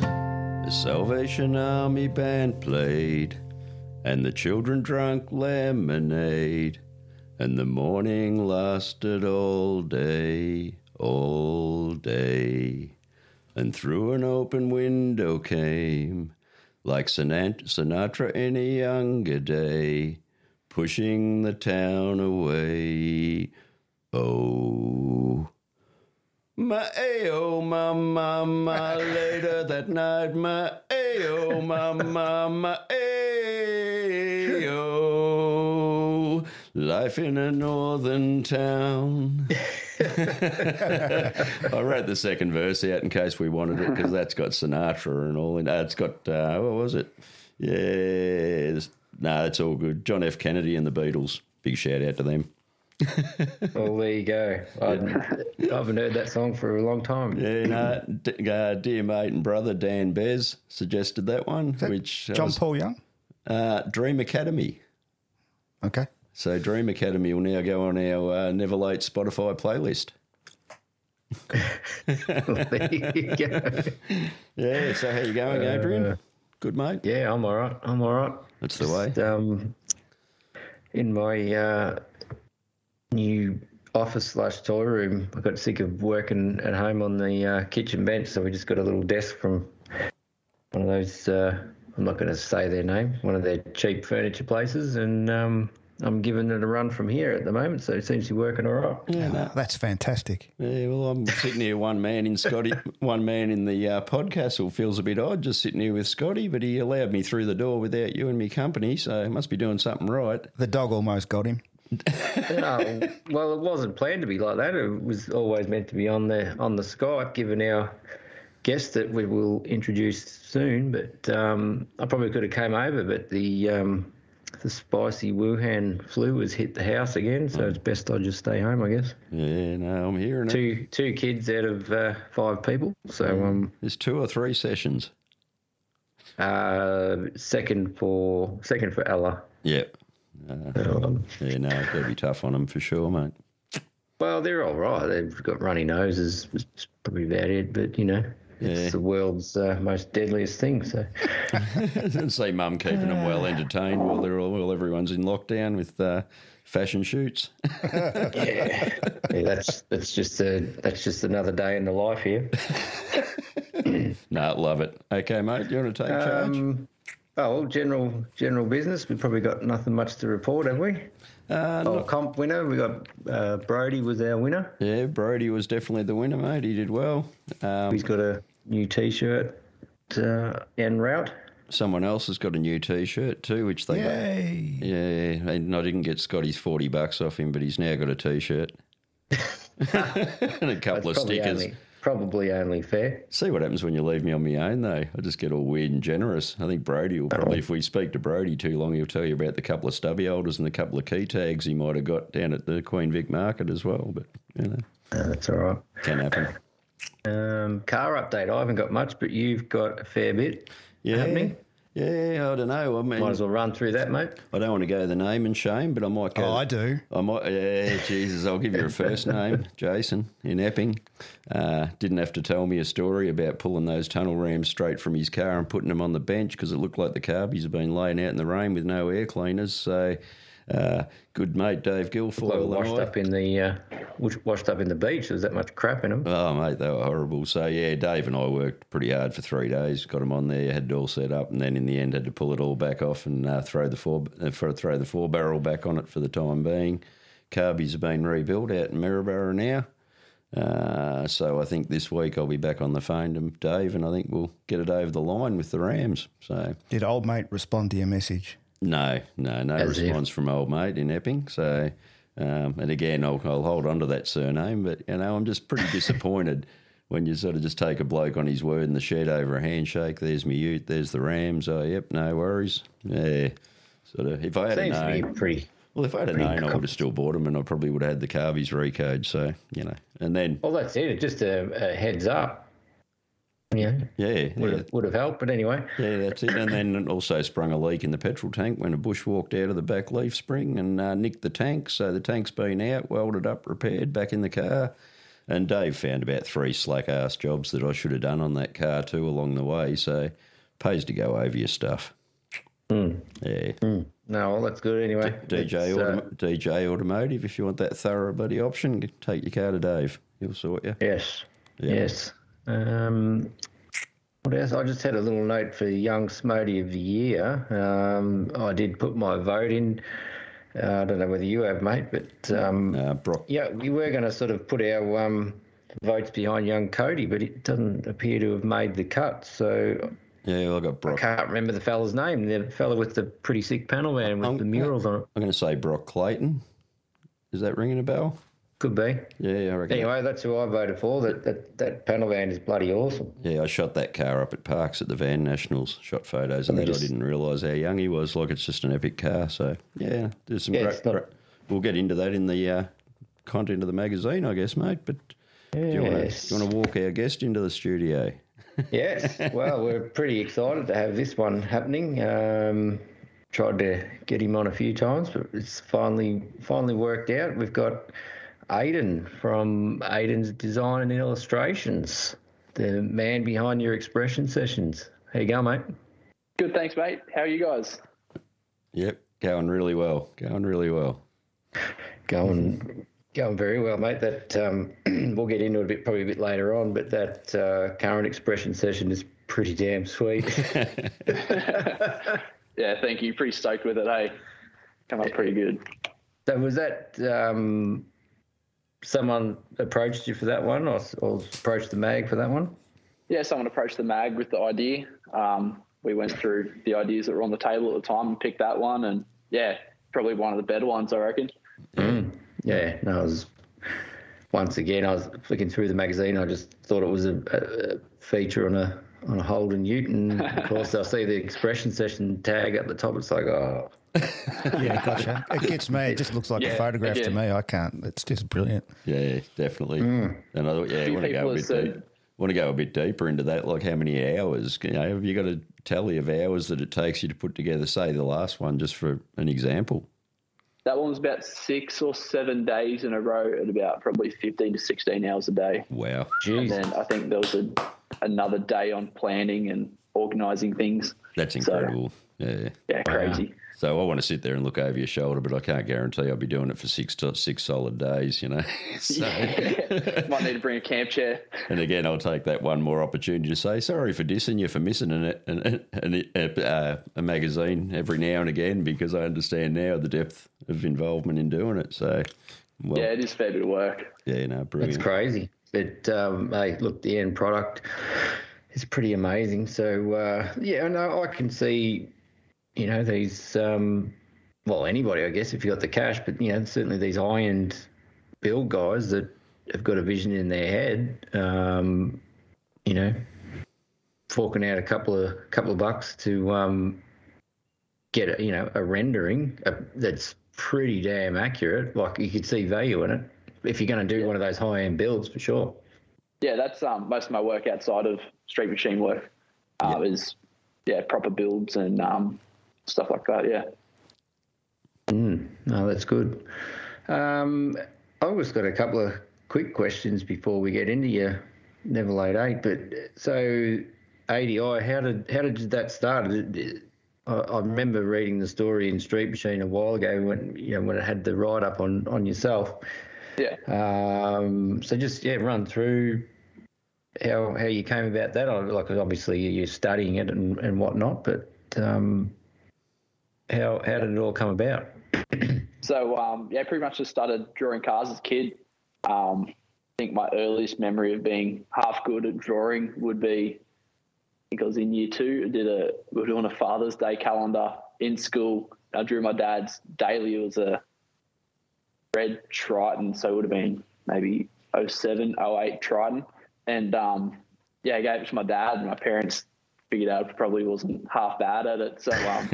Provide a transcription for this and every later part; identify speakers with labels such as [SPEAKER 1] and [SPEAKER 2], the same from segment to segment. [SPEAKER 1] The Salvation Army band played, and the children drank lemonade, and the morning lasted all day, all day. And through an open window came, like Sinan- Sinatra in a younger day, pushing the town away. Oh. My ayo, my mama. oh, Later that night, eh-, oh, my ayo, my mama. Ayo. eh-, oh. Life in a northern town. I wrote the second verse out in case we wanted it because that's got Sinatra and all in. Uh, it's got uh, what was it? Yeah, this- no, it's all good. John F. Kennedy and the Beatles. Big shout out to them.
[SPEAKER 2] Well, there you go. I, I haven't heard that song for a long time.
[SPEAKER 1] Yeah, no, d- uh, dear mate and brother Dan Bez suggested that one,
[SPEAKER 3] that
[SPEAKER 1] which I
[SPEAKER 3] John
[SPEAKER 1] was-
[SPEAKER 3] Paul Young.
[SPEAKER 1] uh, Dream Academy.
[SPEAKER 3] Okay.
[SPEAKER 1] So Dream Academy will now go on our uh, Never Late Spotify playlist.
[SPEAKER 2] there you go.
[SPEAKER 1] Yeah. So how you going, Adrian? Good mate.
[SPEAKER 2] Yeah, I'm all right. I'm all right.
[SPEAKER 1] That's the way.
[SPEAKER 2] Um, in my uh, new office slash toy room, I got sick of working at home on the uh, kitchen bench, so we just got a little desk from one of those. Uh, I'm not going to say their name. One of their cheap furniture places, and um, I'm giving it a run from here at the moment. So it seems to be working all right.
[SPEAKER 1] Yeah, no.
[SPEAKER 3] Ah, That's fantastic.
[SPEAKER 1] Yeah, well, I'm sitting here, one man in Scotty, one man in the uh, podcastle. Feels a bit odd just sitting here with Scotty, but he allowed me through the door without you and me company, so he must be doing something right.
[SPEAKER 3] The dog almost got him.
[SPEAKER 2] No, well, it wasn't planned to be like that. It was always meant to be on the on the Skype, given our guest that we will introduce soon. But um, I probably could have came over, but the um, the spicy Wuhan flu has hit the house again, so it's best I just stay home, I guess.
[SPEAKER 1] Yeah, no, I'm hearing it.
[SPEAKER 2] Two two kids out of uh, five people, so um,
[SPEAKER 1] There's two or three sessions.
[SPEAKER 2] uh, second for second for Ella.
[SPEAKER 1] Yep.
[SPEAKER 2] Um,
[SPEAKER 1] Yeah, no, that'd be tough on them for sure, mate.
[SPEAKER 2] Well, they're all right. They've got runny noses. It's probably about it, but you know,
[SPEAKER 1] Yeah.
[SPEAKER 2] it's the world's uh, most deadliest thing. So,
[SPEAKER 1] and see mum keeping them well entertained while they're all while everyone's in lockdown with uh, fashion shoots.
[SPEAKER 2] yeah, yeah that's that's just a, that's just another day in the life here.
[SPEAKER 1] no, love it. Okay, mate, you want to take charge?
[SPEAKER 2] Um, oh, well, general general business. We've probably got nothing much to report, have we?
[SPEAKER 1] Uh,
[SPEAKER 2] Oh, comp winner. We got uh, Brody was our winner.
[SPEAKER 1] Yeah, Brody was definitely the winner, mate. He did well. Um,
[SPEAKER 2] He's got a new T-shirt uh, en route.
[SPEAKER 1] someone else has got a new T-shirt too, which they
[SPEAKER 3] Yay.
[SPEAKER 1] yeah. And I didn't get Scotty's forty bucks off him, but he's now got a T-shirt and a couple of
[SPEAKER 2] Probably
[SPEAKER 1] stickers.
[SPEAKER 2] only, probably only fair.
[SPEAKER 1] See what happens when you leave me on my own, though. I just get all weird and generous. I think Brody will probably, if we speak to Brody too long, he'll tell you about the couple of stubby holders and the couple of key tags he might have got down at the Queen Vic market as well. But, you know,
[SPEAKER 2] Uh, that's all right.
[SPEAKER 1] can happen.
[SPEAKER 2] Um, car update. I haven't got much, but you've got a fair bit.
[SPEAKER 1] Yeah.
[SPEAKER 2] Happening?
[SPEAKER 1] Yeah, I don't know. I mean,
[SPEAKER 2] Might as well run through that, mate.
[SPEAKER 1] I don't want to go the name and shame, but I might go.
[SPEAKER 3] Oh, I do.
[SPEAKER 1] I might, yeah, Jesus, I'll give you a first name, Jason in Epping. Uh, didn't have to tell me a story about pulling those tunnel rams straight from his car and putting them on the bench because it looked like the carbies had been laying out in the rain with no air cleaners. So, uh, good mate Dave
[SPEAKER 2] They were
[SPEAKER 1] Guilfoyle.
[SPEAKER 2] washed
[SPEAKER 1] and I-
[SPEAKER 2] up in the uh, was- washed up in the beach. There was that much crap in them.
[SPEAKER 1] Oh, mate, they were horrible. So, yeah, Dave and I worked pretty hard for three days, got them on there, had it all set up, and then in the end had to pull it all back off and uh, throw the four uh, for, throw the four barrel back on it for the time being. Carbies have been rebuilt out in Maryborough now. Uh, so I think this week I'll be back on the phone to Dave, and I think we'll get it over the line with the Rams. So
[SPEAKER 3] Did old mate respond to your message?
[SPEAKER 1] no, no, no
[SPEAKER 2] As if.
[SPEAKER 1] response from old mate in Epping. So, um, and again, I'll, I'll hold on to that surname, but you know, I'm just pretty disappointed when you sort of just take a bloke on his word in the shed over a handshake. There's me Ute, there's the Rams. Oh, yep, no worries. Yeah, sort of. If I had
[SPEAKER 2] Seems to be
[SPEAKER 1] known,
[SPEAKER 2] pretty.
[SPEAKER 1] well, if I had known, I would have still bought them, and I probably would have had the Carvies recode. So you know, and then
[SPEAKER 2] Well, that's it. Just a, a heads up. Yeah,
[SPEAKER 1] yeah,
[SPEAKER 2] would
[SPEAKER 1] yeah,
[SPEAKER 2] have would have helped. But anyway,
[SPEAKER 1] Yeah, that's it. And then it also sprung a leak in the petrol tank when a bush walked out of the back leaf spring and uh, nicked the tank. So the tank's been out, welded up, repaired, back in the car. And Dave found about three slack ass jobs that I should have done on that car too along the way. So Pays to go over your stuff.
[SPEAKER 2] Mm.
[SPEAKER 1] Yeah.
[SPEAKER 2] No, well, that's good anyway.
[SPEAKER 1] DJ
[SPEAKER 2] It's, uh,
[SPEAKER 1] Autom- DJ Automotive. If you want that thorough bloody option, g- take your car to Dave. He'll sort you.
[SPEAKER 2] Yes.
[SPEAKER 1] Yeah.
[SPEAKER 2] Yes. Um, what else? I just had a little note for Young Smody of the Year. Um, I did put my vote in. Uh, I don't know whether you have, mate, but um,
[SPEAKER 1] Uh, Brock.
[SPEAKER 2] yeah, we were going to sort of put our um, votes behind Young Cody, but it doesn't appear to have made the cut. So
[SPEAKER 1] Yeah, well, I got
[SPEAKER 2] I
[SPEAKER 1] Brock.
[SPEAKER 2] can't remember the fella's name. The fella with the pretty sick panel van with
[SPEAKER 1] Um,
[SPEAKER 2] the murals on it.
[SPEAKER 1] I'm going to say Brock Clayton. Is that ringing a bell?
[SPEAKER 2] Could be.
[SPEAKER 1] Yeah, I reckon.
[SPEAKER 2] Anyway, that's who I voted for. That that, that panel van is bloody awesome.
[SPEAKER 1] Yeah, I shot that car up at Parks at the Van Nationals. Shot photos of
[SPEAKER 2] Let me
[SPEAKER 1] that. I
[SPEAKER 2] just-
[SPEAKER 1] didn't realise how young he was. Like it's just an epic car. So yeah, there's some.
[SPEAKER 2] Yeah,
[SPEAKER 1] great,
[SPEAKER 2] it's not-
[SPEAKER 1] great- We'll get into that in the uh, content of the magazine, I guess, mate. But do you want
[SPEAKER 2] Yes.
[SPEAKER 1] to want to walk our guest into the studio?
[SPEAKER 2] Yes. Well, we're pretty excited to have this one happening. Um, tried to get him on a few times, but it's finally finally worked out. We've got Aiden from Aiden's Design and Illustrations, the man behind your expression sessions. How you go, mate?
[SPEAKER 4] Good, thanks, mate. How are you guys?
[SPEAKER 1] Yep, going really well. Going really well.
[SPEAKER 2] Going going very well, mate. That um, we'll get into it a bit probably a bit later on, but that uh, current expression session is pretty damn sweet.
[SPEAKER 4] Yeah, thank you. Pretty stoked with it, eh? Come up pretty good.
[SPEAKER 2] So was that um, someone approached you for that one, or, or approached the mag for that one?
[SPEAKER 4] Yeah, someone approached the mag with the idea. Um, we went through the ideas that were on the table at the time and picked that one, and yeah, probably one of the better ones, I reckon.
[SPEAKER 2] Yeah, no, I was. Once again, I was flicking through the magazine. I just thought it was a, a a feature on a on a Holden Ute, and of course, I see the expression session tag at the top. It's like, oh,
[SPEAKER 3] Yeah, gotcha. It gets me. It just looks like a
[SPEAKER 4] Yeah,
[SPEAKER 3] photograph to
[SPEAKER 4] again.
[SPEAKER 3] me. I can't. It's just brilliant.
[SPEAKER 1] Yeah, definitely.
[SPEAKER 2] Hmm.
[SPEAKER 1] And I thought, yeah, I
[SPEAKER 4] Few
[SPEAKER 1] want to go
[SPEAKER 4] people
[SPEAKER 1] a
[SPEAKER 4] have
[SPEAKER 1] bit
[SPEAKER 4] said-
[SPEAKER 1] deep. Want to go a bit deeper into that? Like how many hours? You know, have you got a tally of hours that it takes you to put together, say, the last one, just for an example?
[SPEAKER 4] That one was about six or seven days in a row at about probably 15 to 16 hours a day.
[SPEAKER 1] Wow.
[SPEAKER 4] And
[SPEAKER 2] jeez,
[SPEAKER 4] then I think there was a, another day on planning and organising things.
[SPEAKER 1] That's
[SPEAKER 4] So-
[SPEAKER 1] incredible. Yeah.
[SPEAKER 4] Yeah, crazy.
[SPEAKER 1] So I want to sit there and look over your shoulder, but I can't guarantee I'll be doing it for six to six solid days, you know. so,
[SPEAKER 4] Might need to bring a camp chair.
[SPEAKER 1] And again, I'll take that one more opportunity to say sorry for dissing you for missing an, an, an, a, uh, a magazine every now and again because I understand now the depth of involvement in doing it. So, well,
[SPEAKER 4] Yeah,
[SPEAKER 1] yeah,
[SPEAKER 4] it is a fair bit of work.
[SPEAKER 1] no,
[SPEAKER 2] it's
[SPEAKER 1] brilliant.
[SPEAKER 2] crazy. But um, hey, look, the end product is pretty amazing. So uh, yeah, no, I can see, you know, these. Um, well, anybody, I guess, if you got the cash, but you know, certainly these high-end build guys that have got a vision in their head, um, you know, forking out a couple of couple of bucks to um, get a, you know a rendering uh that's pretty damn accurate. Like you could see value in it if you're going to do one of those high-end builds for sure.
[SPEAKER 4] Yeah, that's um, most of my work outside of street machine work uh, is yeah proper builds and um, stuff like that. Yeah,
[SPEAKER 2] No, that's good. Um, I've just got a couple of quick questions before we get into your Never Late Eight. But so ADI, how did how did that start? Did- did- I, I remember reading the story in Street Machine a while ago when you know when it had the write up on on yourself.
[SPEAKER 4] yeah.
[SPEAKER 2] Um, so just yeah, run through how how you came about that. I- Like obviously you're studying it and, and whatnot, but um, how how did it all come about?
[SPEAKER 4] So um, yeah, pretty much just started drawing cars as a kid. Um, I think my earliest memory of being half good at drawing would be, I think I was in year two. I did a we were doing a Father's Day calendar in school. I drew my dad's daily. It was a red Triton, so it would have been maybe 07, 08 Triton. And um, yeah, I gave it to my dad, and my parents figured out I probably wasn't half bad at it. So um,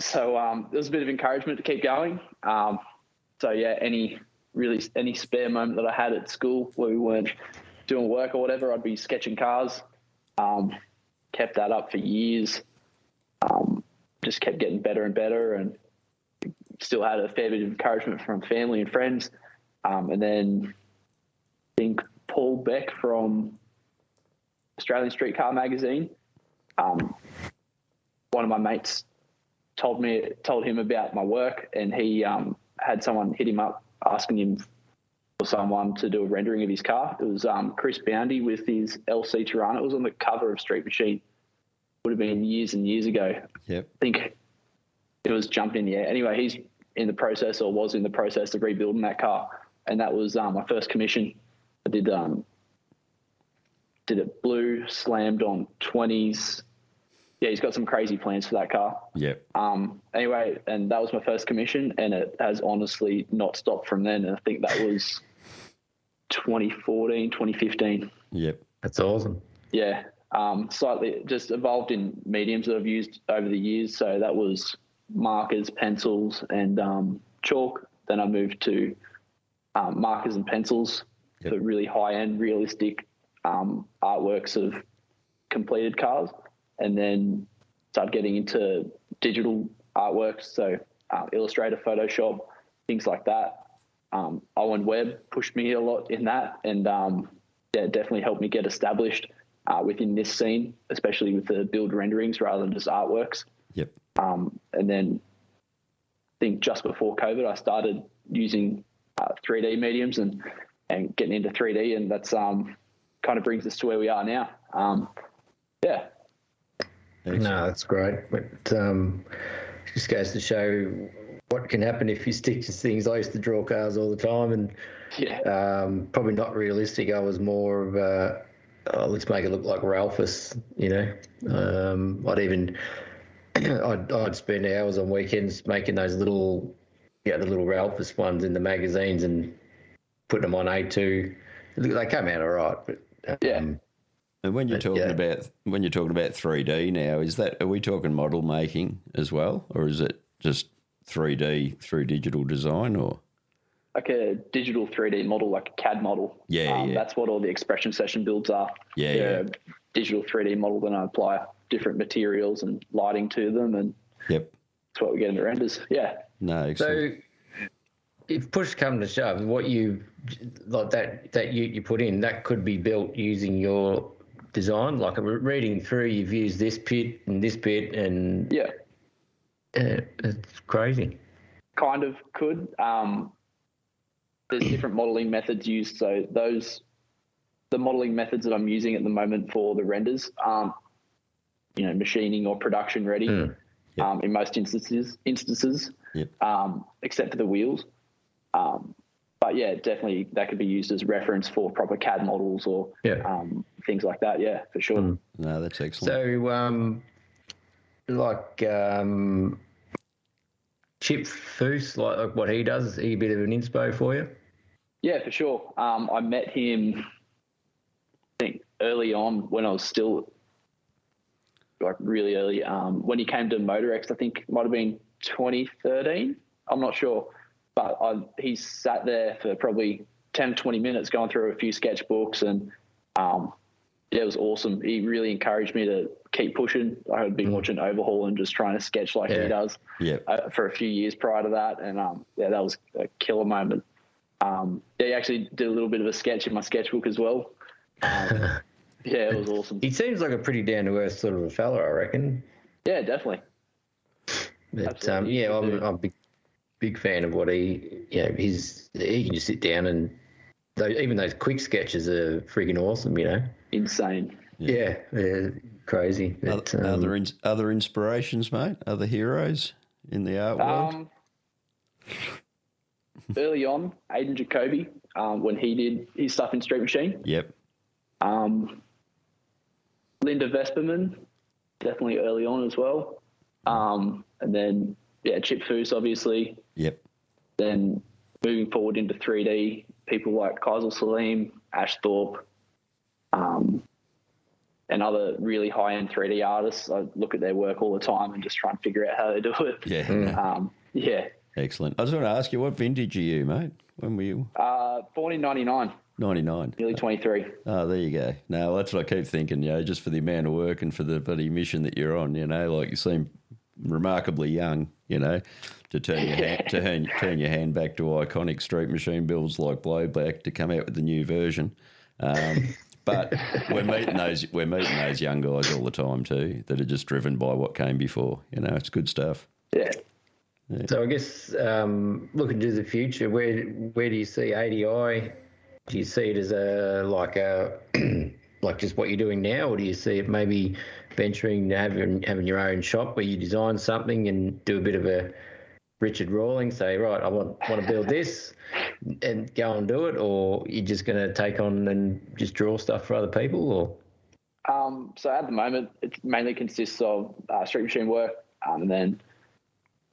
[SPEAKER 4] so um, there was a bit of encouragement to keep going. Um, so yeah, any really any spare moment that I had at school where we weren't doing work or whatever, I'd be sketching cars. Um, kept that up for years. Um, just kept getting better and better, and still had a fair bit of encouragement from family and friends. Um, and then I think Paul Beck from Australian Streetcar Magazine um, one of my mates told me told him about my work, and he um, had someone hit him up asking him for someone to do a rendering of his car. It was um, Chris Boundy with his LC Tirana. It was on the cover of Street Machine. Would have been years and years ago.
[SPEAKER 1] Yep.
[SPEAKER 4] I think it was jumped in the air. Anyway, he's in the process or was in the process of rebuilding that car, and that was um, my first commission. I did um, did it blue, slammed on twenties. Yeah, he's got some crazy plans for that car.
[SPEAKER 1] Yep.
[SPEAKER 4] Um, anyway, and that was my first commission, and it has honestly not stopped from then. And I think that was 2014, 2015.
[SPEAKER 1] Yep.
[SPEAKER 2] That's awesome.
[SPEAKER 4] Yeah, um, slightly just evolved in mediums that I've used over the years. So that was markers, pencils, and um, chalk. Then I moved to um, markers and pencils
[SPEAKER 1] Yep.
[SPEAKER 4] for really high end, realistic um, artworks of completed cars, and then started getting into digital artworks, so uh, Illustrator, Photoshop, things like that. Um, Owen Webb pushed me a lot in that, and um, yeah, it definitely helped me get established uh, within this scene, especially with the build renderings rather than just artworks.
[SPEAKER 1] Yep.
[SPEAKER 4] Um, and then I think just before COVID, I started using uh, 3D mediums and, and getting into 3D. And that's um, kind of brings us to where we are now. Um, yeah.
[SPEAKER 1] Excellent.
[SPEAKER 2] No, that's great. But um, just goes to show what can happen if you stick to things. I used to draw cars all the time, and
[SPEAKER 4] Yeah.
[SPEAKER 2] um, probably not realistic. I was more of a, oh, let's make it look like Ralphus, you know. Um, I'd even, I'd, I'd spend hours on weekends making those little, yeah, the little Ralphus ones in the magazines and putting them on A2. Look, They come out all right, but um,
[SPEAKER 4] Yeah.
[SPEAKER 1] And when you're
[SPEAKER 2] But,
[SPEAKER 1] talking
[SPEAKER 2] yeah.
[SPEAKER 1] about when you're talking about 3D now, is that are we talking model making as well, or is it just 3D through digital design? Or
[SPEAKER 4] Like a digital 3D model, like a CAD model. Um,
[SPEAKER 1] Yeah, yeah.
[SPEAKER 4] That's what all the expression session builds are.
[SPEAKER 1] Yeah,
[SPEAKER 4] They're
[SPEAKER 1] yeah.
[SPEAKER 4] a digital 3D model, then I apply different materials and lighting to them, and
[SPEAKER 1] yep,
[SPEAKER 4] that's what we get in the renders. Yeah.
[SPEAKER 1] no, excellent.
[SPEAKER 2] So, if push come to shove, what you like that that you you put in that could be built using your design. Like I'm reading through, you've used this bit and this bit, and
[SPEAKER 4] Yeah.
[SPEAKER 2] uh, it's crazy.
[SPEAKER 4] kind of could. Um, there's different modeling methods used, so those the modeling methods that I'm using at the moment for the renders aren't, you know, machining or production ready um, in most instances. Instances,
[SPEAKER 1] Yep.
[SPEAKER 4] um, except for the wheels. Um, but yeah, definitely that could be used as reference for proper CAD models or
[SPEAKER 2] Yeah.
[SPEAKER 4] um, things like that. Yeah, for sure.
[SPEAKER 1] no, that's excellent.
[SPEAKER 2] So, um, like um, Chip Foose, like, like what he does, is he a bit of an inspo for you?
[SPEAKER 4] Yeah, for sure. Um, I met him, I think, early on when I was still like really early. Um, when he came to Motorex, I think it might have been 2013. I'm not sure, but I, he sat there for probably 10, 20 minutes going through a few sketchbooks, and um, yeah, it was awesome. He really encouraged me to keep pushing. I had been watching Overhaul and just trying to sketch like
[SPEAKER 2] Yeah.
[SPEAKER 4] he does
[SPEAKER 1] yep,
[SPEAKER 4] uh, for a few years prior to that, and um, yeah, that was a killer moment. Um, yeah, he actually did a little bit of a sketch in my sketchbook as well. Um, yeah, it was awesome.
[SPEAKER 2] He seems like a pretty down to earth sort of a fella, I reckon.
[SPEAKER 4] Yeah, definitely.
[SPEAKER 2] But um,
[SPEAKER 4] Absolutely,
[SPEAKER 2] yeah,
[SPEAKER 4] you
[SPEAKER 2] I'm,
[SPEAKER 4] do.
[SPEAKER 2] I'm a big, big fan of what he, you know, his he can just sit down and those, even those quick sketches are freaking awesome. You know,
[SPEAKER 4] Insane.
[SPEAKER 2] yeah, they're crazy. But,
[SPEAKER 1] other
[SPEAKER 2] um,
[SPEAKER 1] other, ins other inspirations, mate, other heroes in the art world.
[SPEAKER 4] Um, early on, Aiden Jacoby, um, when he did his stuff in Street Machine,
[SPEAKER 1] Yep,
[SPEAKER 4] um, Linda Vesperman, definitely early on as well. Um, and then, yeah, Chip Foose, obviously.
[SPEAKER 1] yep,
[SPEAKER 4] then moving forward into 3D, people like Kaisel Salim, Ash Thorpe, um, and other really high end 3D artists. I look at their work all the time and just try and figure out how they do it.
[SPEAKER 1] yeah,
[SPEAKER 2] hmm.
[SPEAKER 4] Um, yeah.
[SPEAKER 1] excellent. I just want to ask you, what vintage are you, mate? When were you?
[SPEAKER 4] Uh, born in 99,
[SPEAKER 1] Ninety nine.
[SPEAKER 4] nearly 23.
[SPEAKER 1] Oh, there you go. No, that's what I keep thinking, you know, just for the amount of work and for the bloody mission that you're on, you know, like you seem remarkably young, you know, to turn your hand, to hand, turn your hand back to iconic street machine builds like Blowback to come out with the new version. Um, But we're meeting those we're meeting those young guys all the time too that are just driven by what came before. You know, it's good stuff.
[SPEAKER 4] Yeah.
[SPEAKER 2] So I guess um, looking to the future, where where do you see ADI? Do you see it as a like a like just what you're doing now, or do you see it maybe venturing having having your own shop where you design something and do a bit of a Richard Rawling, say right, I want want to build this and go and do it, or you're just going to take on and just draw stuff for other people, or
[SPEAKER 4] Um, so at the moment, it mainly consists of uh, street machine work um, and then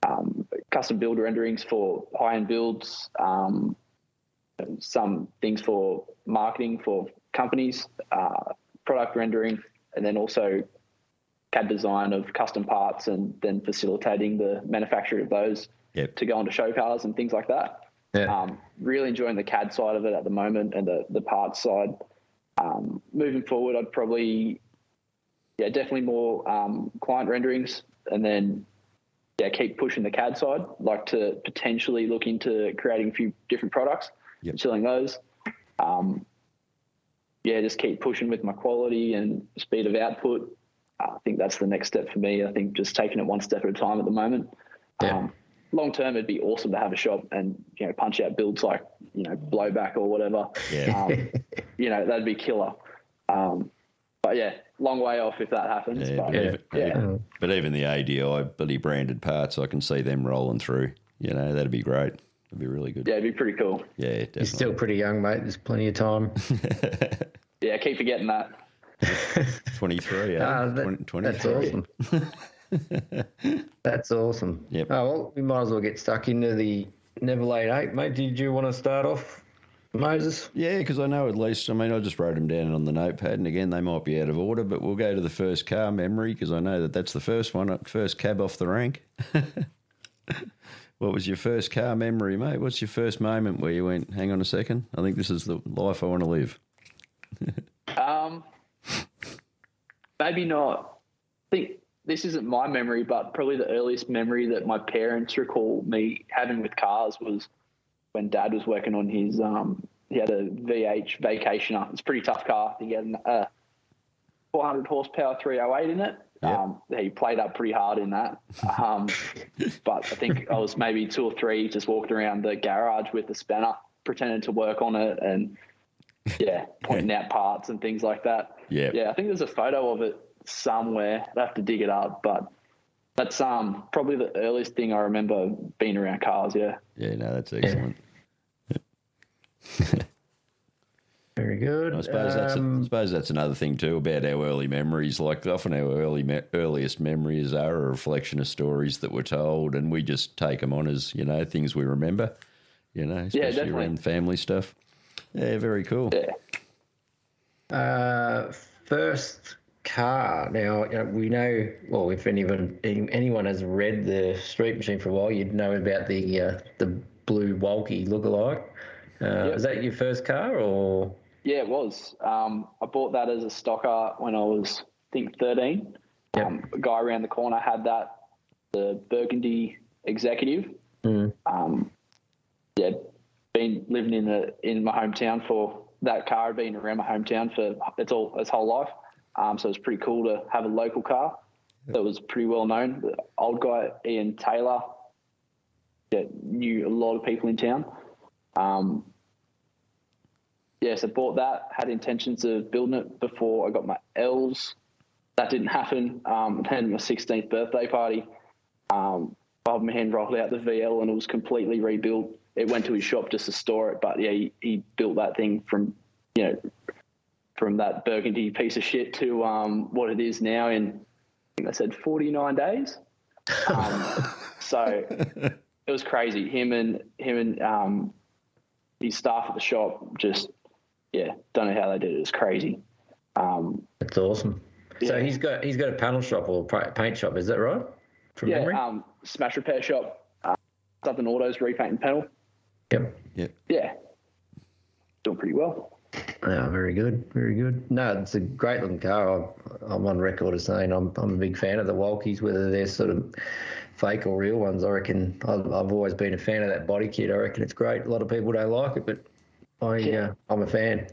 [SPEAKER 4] um, custom build renderings for high end builds, um, and some things for marketing for companies, uh, product rendering, and then also CAD design of custom parts and then facilitating the manufacture of those
[SPEAKER 1] Yep.
[SPEAKER 4] to go onto show cars and things like that.
[SPEAKER 2] yeah,
[SPEAKER 4] Um, really enjoying the CAD side of it at the moment and the, the parts side. Um, moving forward, I'd probably, yeah, definitely more um, client renderings and then, yeah, keep pushing the CAD side. Like to potentially look into creating a few different products,
[SPEAKER 1] Yep.
[SPEAKER 4] and selling those. Um, yeah, just keep pushing with my quality and speed of output. I think that's the next step for me. I think just taking it one step at a time at the moment.
[SPEAKER 2] Yeah.
[SPEAKER 4] Um, long term, it'd be awesome to have a shop and you know punch out builds like you know blowback or whatever.
[SPEAKER 1] Yeah.
[SPEAKER 4] Um, you know that'd be killer. Um, but yeah, long way off if that happens.
[SPEAKER 1] Yeah,
[SPEAKER 4] but,
[SPEAKER 1] but,
[SPEAKER 4] yeah.
[SPEAKER 1] Even, but even the ADI bloody branded parts, I can see them rolling through. You know, that'd be great. That'd be really good.
[SPEAKER 4] it'd be pretty cool.
[SPEAKER 1] Yeah, definitely.
[SPEAKER 2] you're still pretty young, mate. There's plenty of time.
[SPEAKER 4] Yeah, I keep forgetting that.
[SPEAKER 1] 23, eh?
[SPEAKER 2] Ah, that-
[SPEAKER 1] Twen-
[SPEAKER 2] That's
[SPEAKER 1] 23.
[SPEAKER 2] awesome. That's awesome.
[SPEAKER 1] Yep.
[SPEAKER 2] Oh, well, we might as well get stuck into the Never Late Eight, mate. Did you want to start off, Moses?
[SPEAKER 1] Yeah, because I know at least, I mean, I just wrote them down on the notepad, and again, they might be out of order, but we'll go to the first car memory because I know that that's the first one, uh, first cab off the rank. what was your first car memory, mate? What's your first moment where you went, hang on a second, I think this is the life I want to live?
[SPEAKER 4] Um, maybe not. I think this isn't my memory, but probably the earliest memory that my parents recall me having with cars was when Dad was working on his. Um, he had a VH Vacationer. It's a pretty tough car. I think He had a uh, 400 horsepower 308 in it.
[SPEAKER 1] Yeah.
[SPEAKER 4] Um, he played up pretty hard in that. Um, but I think I was maybe two or three, just walked around the garage with a spanner, pretended to work on it, and yeah, pointing out parts and things like that.
[SPEAKER 1] Yeah.
[SPEAKER 4] yeah. I think there's a photo of it somewhere. I'd have to dig it up, but that's um probably the earliest thing I remember being around cars. Yeah,
[SPEAKER 1] Yeah, no, that's excellent.
[SPEAKER 2] Very good.
[SPEAKER 1] I suppose that's I
[SPEAKER 2] Um,
[SPEAKER 1] suppose that's another thing too about our early memories. Like often our early me- earliest memories are a reflection of stories that were told, and we just take them on as you know things we remember. You know, especially
[SPEAKER 4] definitely.
[SPEAKER 1] around family stuff. Yeah, very cool.
[SPEAKER 4] yeah,
[SPEAKER 2] Uh, first car. Now you know, we know. Well, if anyone anyone has read the Street Machine for a while, you'd know about the uh, the blue Walkie lookalike. Uh, Was that your first car, or
[SPEAKER 4] yeah. It was. Um, I bought that as a stocker when I was I think 13. Um, a guy around the corner had that, the Burgundy executive. Um, yeah, been living in the in my hometown for that car had been around my hometown for its all its whole life. Um, so it was pretty cool to have a local car that was pretty well known. The old guy Ian Taylor yeah, knew a lot of people in town. Um, yeah, so bought that. Had intentions of building it before I got my L's that didn't happen. Um, then my 16th birthday party, um, Bob Mahan rolled out the VL and it was completely rebuilt. It went to his shop just to store it, but yeah, he, he built that thing from, you know, from that burgundy piece of shit to um, what it is now in, I think they said 49 days. Um, so it was crazy. Him and him and um, his staff at the shop just, yeah, don't know how they did it. It was crazy. Um,
[SPEAKER 2] that's awesome. So
[SPEAKER 4] Yeah.
[SPEAKER 2] he's got he's got a panel shop or pa- paint shop. Is that right? From
[SPEAKER 4] Yeah,
[SPEAKER 2] memory.
[SPEAKER 4] um, smash repair shop, uh, Southern Autos repaint and panel.
[SPEAKER 2] yep.
[SPEAKER 1] Yeah,
[SPEAKER 4] Yeah, doing pretty well.
[SPEAKER 2] Yeah, Ah, very good, very good. No, it's a great looking car. I'm, I'm on record as saying I'm, I'm a big fan of the Walkies, whether they're sort of fake or real ones. I reckon I've, I've always been a fan of that body kit. I reckon it's great. A lot of people don't like it, but I uh, I'm a fan.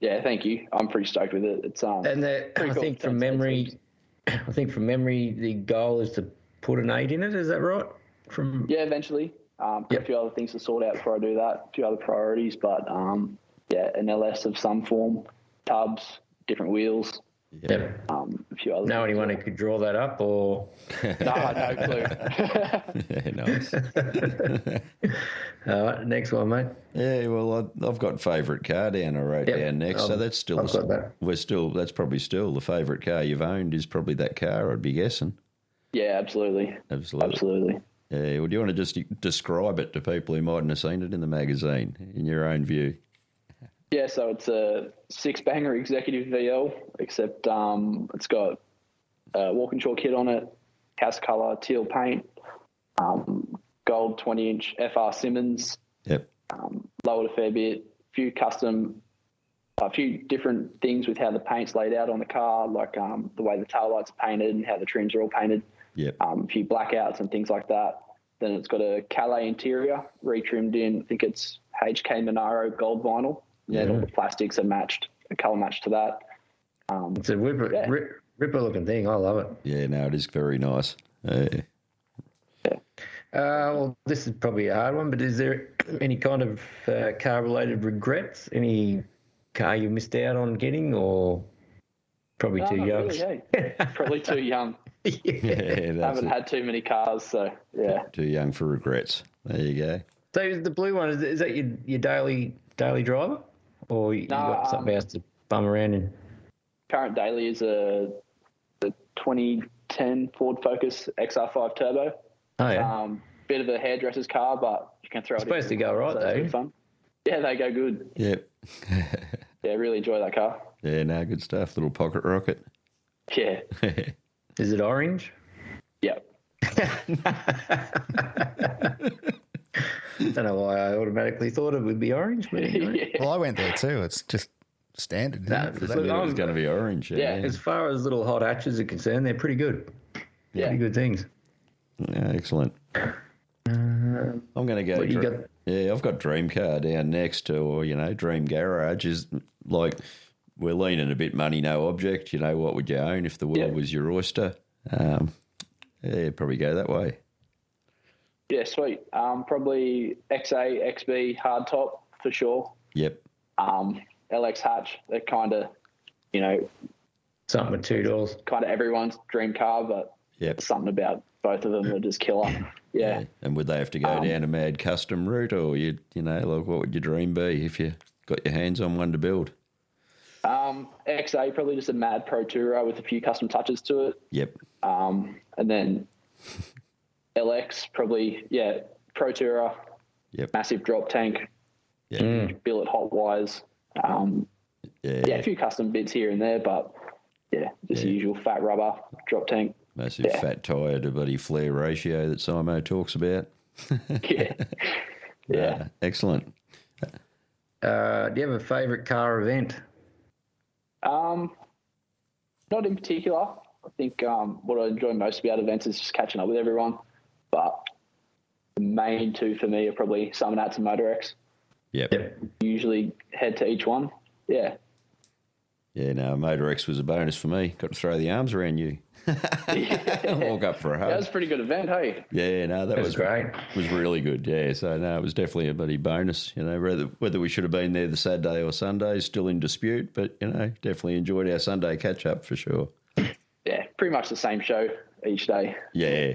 [SPEAKER 4] yeah, thank you. I'm pretty stoked with it. It's um,
[SPEAKER 2] And the, I
[SPEAKER 4] Pretty cool.
[SPEAKER 2] think from
[SPEAKER 4] That's- that's
[SPEAKER 2] memory, I think from memory, the goal is to put an eight in it. Is that right? From
[SPEAKER 4] yeah, eventually. Um, got
[SPEAKER 2] Yep.
[SPEAKER 4] A few other things to sort out before I do that. A few other priorities, but um, yeah, an LS of some form, tubs, different wheels,
[SPEAKER 2] Yep.
[SPEAKER 4] um, a few other.
[SPEAKER 2] Know anyone who could draw that up, or
[SPEAKER 4] No, I had no clue.
[SPEAKER 1] Yeah, nice.
[SPEAKER 2] all right, next one, mate.
[SPEAKER 1] Yeah, well, I, I've got favourite car down. I wrote
[SPEAKER 2] Yep.
[SPEAKER 1] down next, so
[SPEAKER 2] Um,
[SPEAKER 1] that's still
[SPEAKER 2] I've got that.
[SPEAKER 1] we're still that's probably still the favourite car you've owned is probably that car. I'd be guessing.
[SPEAKER 4] yeah, absolutely,
[SPEAKER 1] Absolutely.
[SPEAKER 4] absolutely.
[SPEAKER 1] Yeah. Well, do you want to just describe it to people who mightn't have seen it in the magazine in your own view?
[SPEAKER 4] Yeah, so it's a six banger executive VL, except um, it's got a walking chalk kit on it, house colour, teal paint, um, gold 20 inch FR Simmons,
[SPEAKER 1] Yep.
[SPEAKER 4] lowered a fair bit, few custom, a few different things with how the paint's laid out on the car, like um, the way the taillights are painted and how the trims are all painted,
[SPEAKER 1] Yep.
[SPEAKER 4] um, a few blackouts and things like that. Then it's got a Calais interior, retrimmed in, I think it's HK Monaro gold vinyl. Yeah. And all the plastics are matched, a colour match to that.
[SPEAKER 2] It's a ripper,
[SPEAKER 4] Yeah.
[SPEAKER 2] ri ripper looking thing. I love it.
[SPEAKER 1] Yeah. No, it is very nice. Yeah.
[SPEAKER 2] Uh, well, this is probably a hard one, but is there any kind of uh, car related regrets? Any car you missed out on getting, or probably
[SPEAKER 4] No,
[SPEAKER 2] too
[SPEAKER 4] Oh, not
[SPEAKER 2] young?
[SPEAKER 4] really, hey. Probably too young.
[SPEAKER 1] yeah
[SPEAKER 4] I
[SPEAKER 1] that's
[SPEAKER 4] haven't
[SPEAKER 1] it.
[SPEAKER 4] had too many cars, so yeah.
[SPEAKER 1] Too young for regrets. There you go.
[SPEAKER 2] So is the blue one is, is that your, your daily daily driver, or you, you
[SPEAKER 4] No,
[SPEAKER 2] got something
[SPEAKER 4] um,
[SPEAKER 2] else to bum around in?
[SPEAKER 4] Current daily is a the 2010 Ford Focus XR5 Turbo.
[SPEAKER 2] Oh yeah,
[SPEAKER 4] Um, bit of a hairdresser's car, but you can throw it.
[SPEAKER 2] supposed
[SPEAKER 4] in.
[SPEAKER 2] to go right,
[SPEAKER 4] So it's
[SPEAKER 2] though.
[SPEAKER 4] good Fun. Yeah, they go good.
[SPEAKER 1] Yep.
[SPEAKER 4] Yeah, really enjoy that car.
[SPEAKER 1] Yeah. No, good stuff. Little pocket rocket.
[SPEAKER 4] Yeah,
[SPEAKER 2] is it orange?
[SPEAKER 4] yeah.
[SPEAKER 2] I don't know why I automatically thought it would be orange, but anyway.
[SPEAKER 4] yeah.
[SPEAKER 3] Well, I went there too. It's just standard. isn't
[SPEAKER 2] Nah,
[SPEAKER 3] it, for
[SPEAKER 2] it's
[SPEAKER 3] that?
[SPEAKER 2] like-
[SPEAKER 1] It was going to be orange.
[SPEAKER 4] Yeah,
[SPEAKER 2] As far as little hot hatches are concerned, they're pretty good.
[SPEAKER 4] Yeah.
[SPEAKER 2] Pretty good things.
[SPEAKER 1] Yeah, excellent.
[SPEAKER 4] Uh,
[SPEAKER 1] I'm going to go.
[SPEAKER 2] what you
[SPEAKER 1] dr-
[SPEAKER 2] got?
[SPEAKER 1] Yeah, I've got Dream Car down next to, or you know, Dream Garage is like we're leaning a bit money, no object. You know, what would you own if the world
[SPEAKER 4] Yeah.
[SPEAKER 1] was your oyster? Um, yeah, probably go that way.
[SPEAKER 4] Yeah, sweet. Um, probably XA, XB hardtop for sure.
[SPEAKER 1] Yep.
[SPEAKER 4] Um, LX hatch. They're kind of, you know,
[SPEAKER 2] Something with two doors.
[SPEAKER 4] kind of everyone's dream car, but
[SPEAKER 1] Yep.
[SPEAKER 4] something about both of them that is killer. Yeah.
[SPEAKER 1] And would they have to go down a mad custom route, or you, you know, like what would your dream be if you got your hands on one to build?
[SPEAKER 4] Um, XA probably just a mad pro tourer with a few custom touches to it.
[SPEAKER 1] Yep.
[SPEAKER 4] Um, and then LX probably yeah, Pro Tourer,
[SPEAKER 1] Yep.
[SPEAKER 4] massive drop tank,
[SPEAKER 1] Yep.
[SPEAKER 4] billet hot wires. Um,
[SPEAKER 1] Yeah.
[SPEAKER 4] yeah, a few custom bits here and there, but yeah, just the usual fat rubber drop tank.
[SPEAKER 1] Massive
[SPEAKER 4] Yeah.
[SPEAKER 1] fat tire to bloody flare ratio that Simo talks about.
[SPEAKER 4] Yeah, yeah.
[SPEAKER 1] Uh, excellent.
[SPEAKER 2] Uh, do you have a favourite car event?
[SPEAKER 4] Um, not in particular. I think um, what I enjoy most about events is just catching up with everyone. But the main two for me are probably Summonats and Motorex.
[SPEAKER 1] Yep.
[SPEAKER 2] Yep.
[SPEAKER 4] Usually head to each one. Yeah,
[SPEAKER 1] Yeah, no, Motor X was a bonus for me. Got to throw the arms around you. Walk up for a
[SPEAKER 4] that
[SPEAKER 1] hug.
[SPEAKER 4] was a pretty good event, hey?
[SPEAKER 1] Yeah, no, that
[SPEAKER 2] That's
[SPEAKER 1] was
[SPEAKER 2] great.
[SPEAKER 1] was really good. Yeah, so no, it was definitely a bloody bonus. You know, whether whether we should have been there the Saturday or Sunday is still in dispute, but you know, definitely enjoyed our Sunday catch up for sure.
[SPEAKER 4] Yeah, pretty much the same show each day.
[SPEAKER 1] Yeah,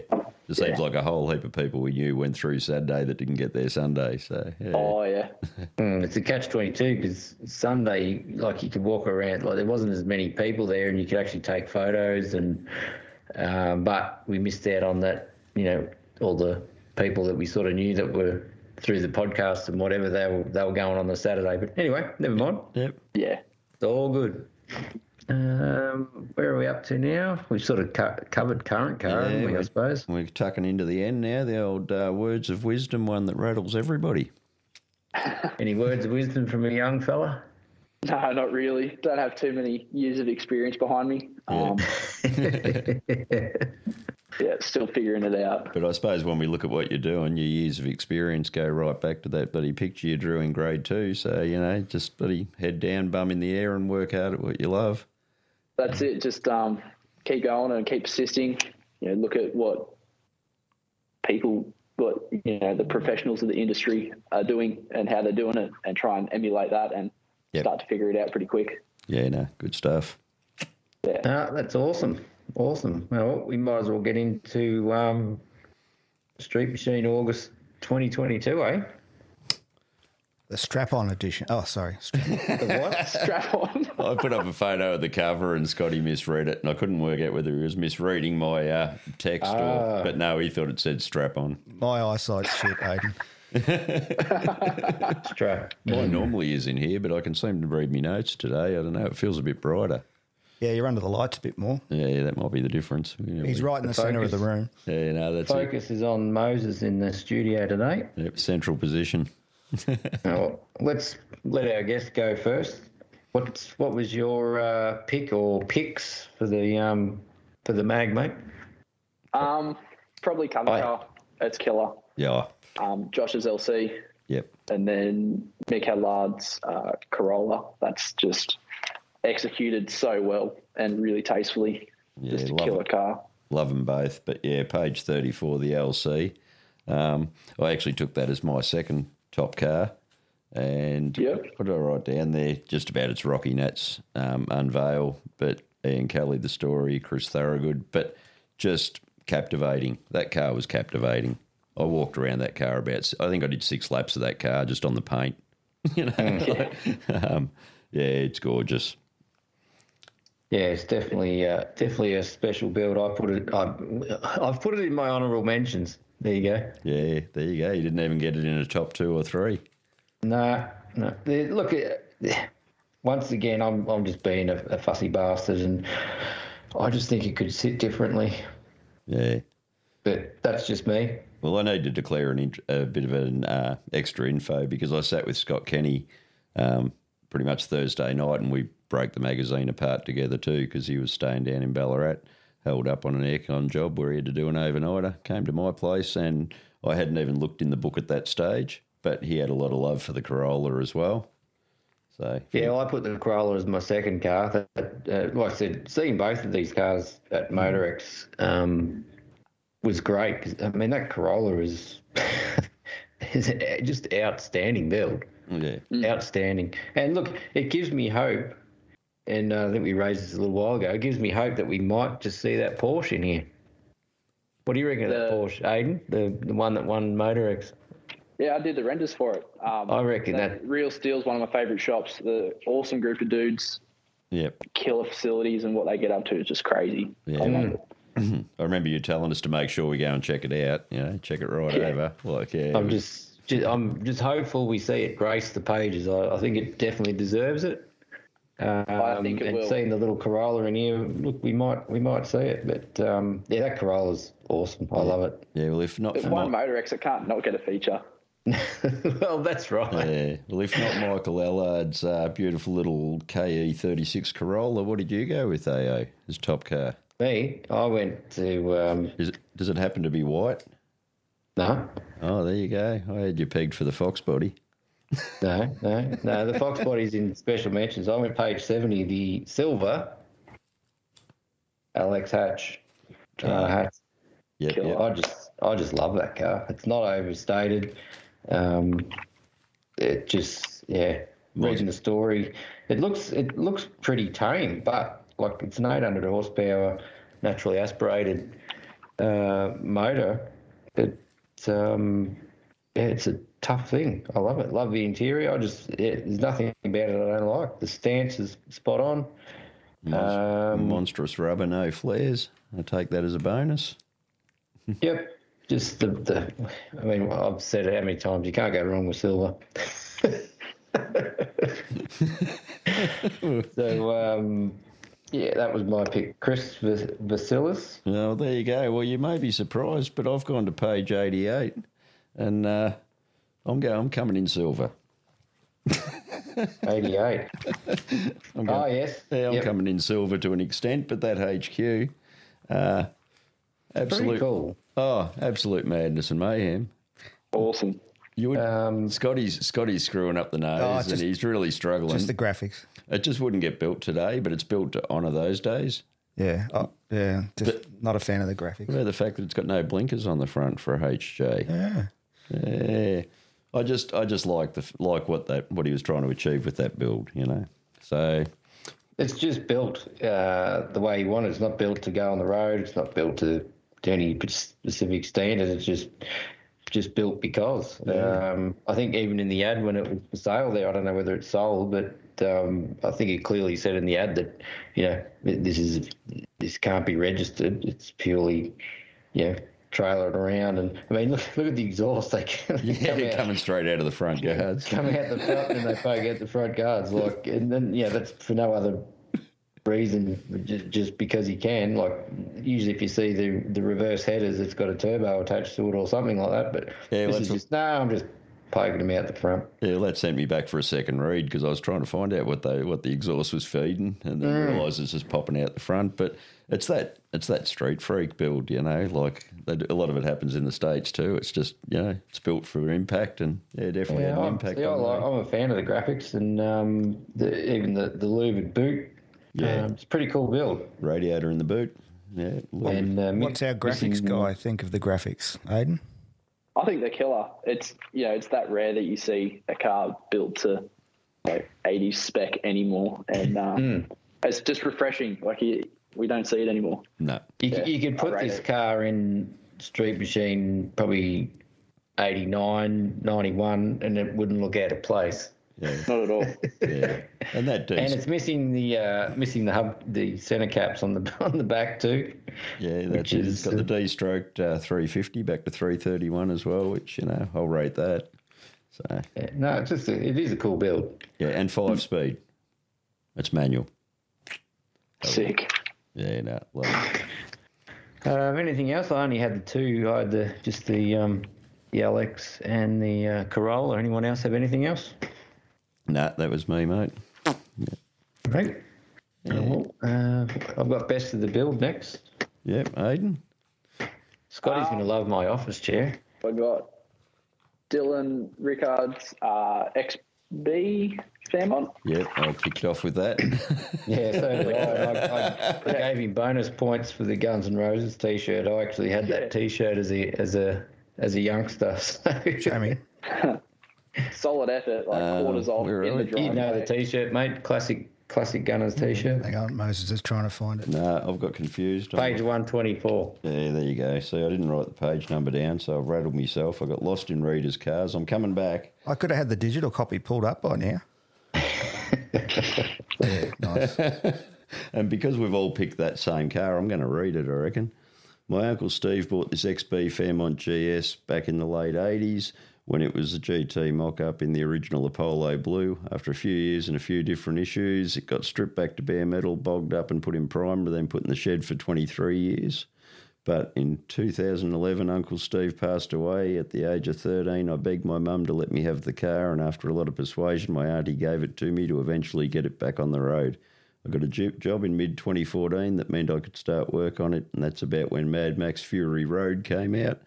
[SPEAKER 1] it seems like a whole heap of people we knew went through Saturday that didn't get there Sunday. So yeah,
[SPEAKER 4] Oh yeah,
[SPEAKER 2] Mm, it's a catch twenty two because Sunday, like you could walk around, like there wasn't as many people there, and you could actually take photos. And um, but we missed out on that, you know, all the people that we sort of knew that were through the podcast and whatever they were they were going on the Saturday. But anyway, never mind.
[SPEAKER 1] yep,
[SPEAKER 4] yeah.
[SPEAKER 2] It's all good. Um, where are we up to now? We've sort of co- covered current car, haven't
[SPEAKER 1] Yeah,
[SPEAKER 2] we, I
[SPEAKER 1] we-
[SPEAKER 2] suppose.
[SPEAKER 1] we're tucking into the end now. The old uh, words of wisdom one that rattles everybody.
[SPEAKER 2] Any words of wisdom from a young fella?
[SPEAKER 4] No, not really. Don't have too many years of experience behind me. Um, yeah, still figuring it out.
[SPEAKER 1] But I suppose when we look at what you're doing, your years of experience go right back to that bloody picture you drew in grade two. So, you know, just bloody head down, bum in the air, and work hard at what you love.
[SPEAKER 4] That's it. Just um, keep going and keep persisting. You know, look at what people, what you know, the professionals of the industry are doing and how they're doing it, and try and emulate that, and
[SPEAKER 1] Yep.
[SPEAKER 4] start to figure it out pretty quick.
[SPEAKER 1] Yeah, no, good stuff.
[SPEAKER 4] Yeah.
[SPEAKER 2] Ah, that's awesome. Awesome. Well, we might as well get into um, Street Machine August 2022, eh?
[SPEAKER 3] The strap on edition. Oh, sorry.
[SPEAKER 2] The what?
[SPEAKER 4] Strap on.
[SPEAKER 1] I put up a photo of the cover and Scotty misread it, and I couldn't work out whether he was misreading my uh, text or. But no, he thought it said strap on.
[SPEAKER 3] My eyesight's shit, Aiden.
[SPEAKER 2] Strap.
[SPEAKER 1] Mine normally is in here, but I can seem to read my notes today. I don't know. It feels a bit brighter.
[SPEAKER 3] Yeah, you're under the lights a bit more.
[SPEAKER 1] Yeah, yeah that might be the difference. You know,
[SPEAKER 3] He's
[SPEAKER 1] we-
[SPEAKER 3] right in the centre of the room.
[SPEAKER 1] Yeah, no, that's it.
[SPEAKER 2] Focus is on Moses in the studio today.
[SPEAKER 1] Yep, central position.
[SPEAKER 2] Now, let's let our guest go first. What's what was your uh, pick or picks for the um, for the mag, mate?
[SPEAKER 4] Um, probably cover
[SPEAKER 2] Aye.
[SPEAKER 4] car. It's killer.
[SPEAKER 1] Yeah. oh,
[SPEAKER 4] Um, Josh's LC,
[SPEAKER 1] Yep.
[SPEAKER 4] and then Mick Hallard's uh, Corolla. That's just executed so well and really tastefully.
[SPEAKER 1] Yeah,
[SPEAKER 4] just a
[SPEAKER 1] love
[SPEAKER 4] killer
[SPEAKER 1] it.
[SPEAKER 4] car.
[SPEAKER 1] Love them both. But yeah, page 34, the LC. Um, I actually took that as my second top car. And
[SPEAKER 4] Yep.
[SPEAKER 1] what did I write down there? Just about its Rocky Nats um, unveil. But Ian Kelly, the story, Chris Thorogood, but just captivating. That car was captivating. I walked around that car about, I think I did six laps of that car just on the paint. You know, like, um, yeah, it's gorgeous.
[SPEAKER 2] Yeah, it's definitely uh, definitely a special build. I put it. I, I've put it in my honourable mentions. There you go.
[SPEAKER 1] Yeah, there you go. You didn't even get it in a top two or three.
[SPEAKER 2] No, no. There- Look, uh, once again, I'm I'm just being a, a fussy bastard, and I just think it could sit differently.
[SPEAKER 1] Yeah.
[SPEAKER 2] But that's just me.
[SPEAKER 1] Well, I need to declare an int- a bit of an uh, extra info because I sat with Scott Kenny um, pretty much Thursday night, and we broke the magazine apart together too because he was staying down in Ballarat, held up on an aircon job where he had to do an overnighter. Came to my place, and I hadn't even looked in the book at that stage, but he had a lot of love for the Corolla as well. So
[SPEAKER 2] Yeah, I put the Corolla as my second car. That, that, uh, like I said, seeing both of these cars at Motorex um, was great. 'cause, I mean, that Corolla is is just outstanding build,
[SPEAKER 1] yeah,
[SPEAKER 2] outstanding. And look, it gives me hope. And uh, I think we raised this a little while ago. It gives me hope that we might just see that Porsche in here. What do you reckon of that
[SPEAKER 4] The-
[SPEAKER 2] Porsche, Aiden? The the one that won Motorex.
[SPEAKER 4] Yeah, I did the renders for it. Um,
[SPEAKER 2] I reckon that-
[SPEAKER 4] Real Steel's one of my favourite shops. The awesome group of dudes,
[SPEAKER 1] yep.
[SPEAKER 4] killer facilities, and what they get up to is just crazy.
[SPEAKER 1] Yeah.
[SPEAKER 4] I love
[SPEAKER 2] Mm.
[SPEAKER 4] it.
[SPEAKER 1] I remember you telling us to make sure we go and check it out. You know, check it right over. Like yeah,
[SPEAKER 2] I'm just, just I'm just hopeful we see it grace the pages. I, I think it definitely deserves it. Um,
[SPEAKER 4] think it
[SPEAKER 2] and
[SPEAKER 4] will.
[SPEAKER 2] seeing the little Corolla in here, look, we might we might see it. But um, yeah, that Corolla's awesome. I love it.
[SPEAKER 1] yeah. Well, if not
[SPEAKER 4] If
[SPEAKER 1] for
[SPEAKER 4] one
[SPEAKER 2] um,
[SPEAKER 1] my,
[SPEAKER 4] Motorex, it can't not get a feature.
[SPEAKER 2] well, that's right.
[SPEAKER 1] yeah, well, if not Michael Allard's uh, beautiful little KE36 Corolla, what did you go with AO as top car?
[SPEAKER 2] Me, I went to um,
[SPEAKER 1] Is it, does it happen to be white?
[SPEAKER 2] no,
[SPEAKER 1] Oh, there you go. I had you pegged for the Fox body.
[SPEAKER 2] no, no, no. The Fox body's in special mentions. I went page seventy, the silver. Alex Hatch, uh, Hatch
[SPEAKER 1] Yep,
[SPEAKER 4] Killer.
[SPEAKER 1] yep.
[SPEAKER 2] I just I just love that car. It's not overstated. Um, it just yeah. Reading the story, it looks it looks pretty tame, but like it's an 800 horsepower, naturally aspirated uh, motor. It's um, yeah, it's a tough thing. I love it. Love the interior. I just yeah, there's nothing about it I don't like. The stance is spot on. Um,
[SPEAKER 1] Monstrous rubber, no flares. I take that as a bonus.
[SPEAKER 2] Yep. Just the, the I mean, I've said it how many times, you can't go wrong with silver. so, um, yeah, that was my pick. Chris Vas- Vasilis.
[SPEAKER 1] Well, there you go. Well, you may be surprised, but I've gone to page 88 and uh, I'm, going, I'm coming in silver.
[SPEAKER 2] 88. oh, yes.
[SPEAKER 1] Yeah, I'm
[SPEAKER 2] Yep.
[SPEAKER 1] coming in silver to an extent, but that HQ, uh, Absolute.
[SPEAKER 2] Pretty cool.
[SPEAKER 1] Oh, absolute madness and mayhem.
[SPEAKER 4] Awesome.
[SPEAKER 1] You would,
[SPEAKER 2] Um,
[SPEAKER 1] Scotty's Scotty's screwing up the nose,
[SPEAKER 3] Oh, just-
[SPEAKER 1] and he's really struggling.
[SPEAKER 3] Just the graphics.
[SPEAKER 1] it just wouldn't get built today, but it's built to honour those days.
[SPEAKER 3] Yeah. Oh, yeah. Just not a fan of the graphics.
[SPEAKER 1] What about the fact that it's got no blinkers on the front for a HJ?
[SPEAKER 3] Yeah.
[SPEAKER 1] Yeah, I just I just like the like what that what he was trying to achieve with that build, you know. So
[SPEAKER 2] It's just built uh, the way you want it. It's not built to go on the road. It's not built to, to any specific standard. It's just just built because. Um, I think even in the ad when it was for sale there, I don't know whether it's sold, but um, I think it clearly said in the ad that you know that this is this can't be registered. It's purely you know trailer it around and I mean look look at the exhaust they come,
[SPEAKER 1] yeah,
[SPEAKER 2] out-
[SPEAKER 1] coming straight out of the front guards.
[SPEAKER 2] come out the front and they poke out the front guards. Like, and then yeah, that's for no other reason, but ju- just because he can. Like, usually if you see the the reverse headers, it's got a turbo attached to it or something like that. But
[SPEAKER 1] Yeah,
[SPEAKER 2] this
[SPEAKER 1] that's
[SPEAKER 2] is
[SPEAKER 1] what-
[SPEAKER 2] just no, I'm just poking them out the front.
[SPEAKER 1] Yeah, that sent me back for a second read because I was trying to find out what they what the exhaust was feeding, and then
[SPEAKER 2] Mm.
[SPEAKER 1] realised it's just popping out the front. But it's that it's that street freak build, you know. Like they do- a lot of it happens in the states too. It's just you know it's built for impact, and yeah, definitely had
[SPEAKER 2] Yeah,
[SPEAKER 1] an
[SPEAKER 2] I'm,
[SPEAKER 1] impact.
[SPEAKER 2] see, I
[SPEAKER 1] on
[SPEAKER 2] like,
[SPEAKER 1] me.
[SPEAKER 2] I'm a fan of the graphics and um, the, even the the louvered boot.
[SPEAKER 1] Yeah.
[SPEAKER 2] um, it's a pretty cool build.
[SPEAKER 1] Radiator in the boot. Yeah, look,
[SPEAKER 2] And uh, mi-
[SPEAKER 3] What's our graphics
[SPEAKER 2] missing-
[SPEAKER 3] guy think of the graphics, Aiden?
[SPEAKER 4] I think they're killer. It's you know, it's that rare that you see a car built to like 80 spec anymore, and uh, it's just refreshing. Like you, we don't see it anymore.
[SPEAKER 1] no,
[SPEAKER 2] You, c you could put
[SPEAKER 4] rate
[SPEAKER 2] this
[SPEAKER 4] it.
[SPEAKER 2] car in Street Machine probably 89, 91, and it wouldn't look out of place.
[SPEAKER 1] yeah,
[SPEAKER 4] Not at all.
[SPEAKER 1] yeah, and that dude's
[SPEAKER 2] And it's missing the uh, missing the hub, the center caps on the on the back too.
[SPEAKER 1] Yeah, that's
[SPEAKER 2] which
[SPEAKER 1] it. It's
[SPEAKER 2] is,
[SPEAKER 1] got the D stroked uh, 350 back to 331 as well, which, you know, I'll rate that. So,
[SPEAKER 2] Yeah, Uh, No, it's just a, it is a cool build.
[SPEAKER 1] yeah, and five speed. It's manual.
[SPEAKER 4] Sick.
[SPEAKER 1] Yeah, no, love it.
[SPEAKER 2] Um, anything else? I only had the two. I had the just the um, the LX and the uh, Corolla. Anyone else have anything else?
[SPEAKER 1] Nah, that was me, mate.
[SPEAKER 2] Right. Well, uh, I've got best of the build next.
[SPEAKER 1] Yep, Aiden.
[SPEAKER 2] Scotty's
[SPEAKER 4] Uh,
[SPEAKER 2] going to love my office chair.
[SPEAKER 4] I got Dylan Rickard's uh, XB Fairmont.
[SPEAKER 1] Yep, I kicked off with that.
[SPEAKER 2] Yeah, so did I. I, I gave him bonus points for the Guns N' Roses T-shirt. I actually had
[SPEAKER 4] Yeah.
[SPEAKER 2] that T-shirt as a as a as a youngster. So
[SPEAKER 3] Jamie.
[SPEAKER 4] Solid effort, like
[SPEAKER 1] Um,
[SPEAKER 4] quarters off
[SPEAKER 1] where
[SPEAKER 4] in
[SPEAKER 1] are
[SPEAKER 4] the
[SPEAKER 1] we?
[SPEAKER 4] driveway.
[SPEAKER 2] you know the T-shirt, mate. Classic classic Gunners
[SPEAKER 1] Mm-hmm.
[SPEAKER 2] T-shirt.
[SPEAKER 3] Hang on, Moses is trying to find it.
[SPEAKER 1] nah, I've got confused. I'm-
[SPEAKER 2] Page one twenty four.
[SPEAKER 1] Yeah, there you go. See, I didn't write the page number down, so I've rattled myself. I got lost in readers' cars. I'm coming back.
[SPEAKER 3] I could have had the digital copy pulled up by now. yeah, nice.
[SPEAKER 1] And because we've all picked that same car, I'm going to read it, I reckon. My uncle Steve bought this XB Fairmont GS back in the late 80s when it was a GT mock up in the original Apollo Blue. After a few years and a few different issues, it got stripped back to bare metal, bogged up, and put in primer, then put in the shed for 23 years. But in 2011, Uncle Steve passed away at the age of 13. I begged my mum to let me have the car, and after a lot of persuasion, my auntie gave it to me to eventually get it back on the road. I got a ju- job in mid 2014 that meant I could start work on it, and that's about when Mad Max Fury Road came out.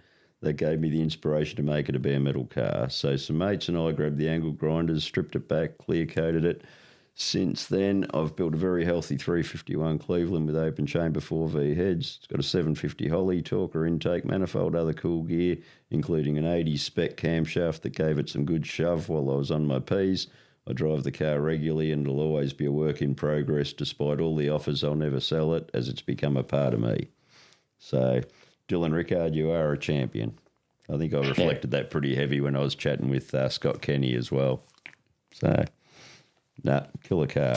[SPEAKER 1] That gave me the inspiration to make it a bare metal car. So some mates and I grabbed the angle grinders, stripped it back, clear coated it, since then, I've built a very healthy 351 Cleveland with open chamber 4V heads. It's got a 750 Holly talker intake, manifold, other cool gear, including an 80 spec camshaft that gave it some good shove while I was on my P's. I drive the car regularly and it'll always be a work in progress despite all the offers I'll never sell it as it's become a part of me. So, Dylan Rickard, you are a champion. I think I reflected that pretty heavy when I was chatting with uh, Scott Kenny as well. So, Nah, killer car.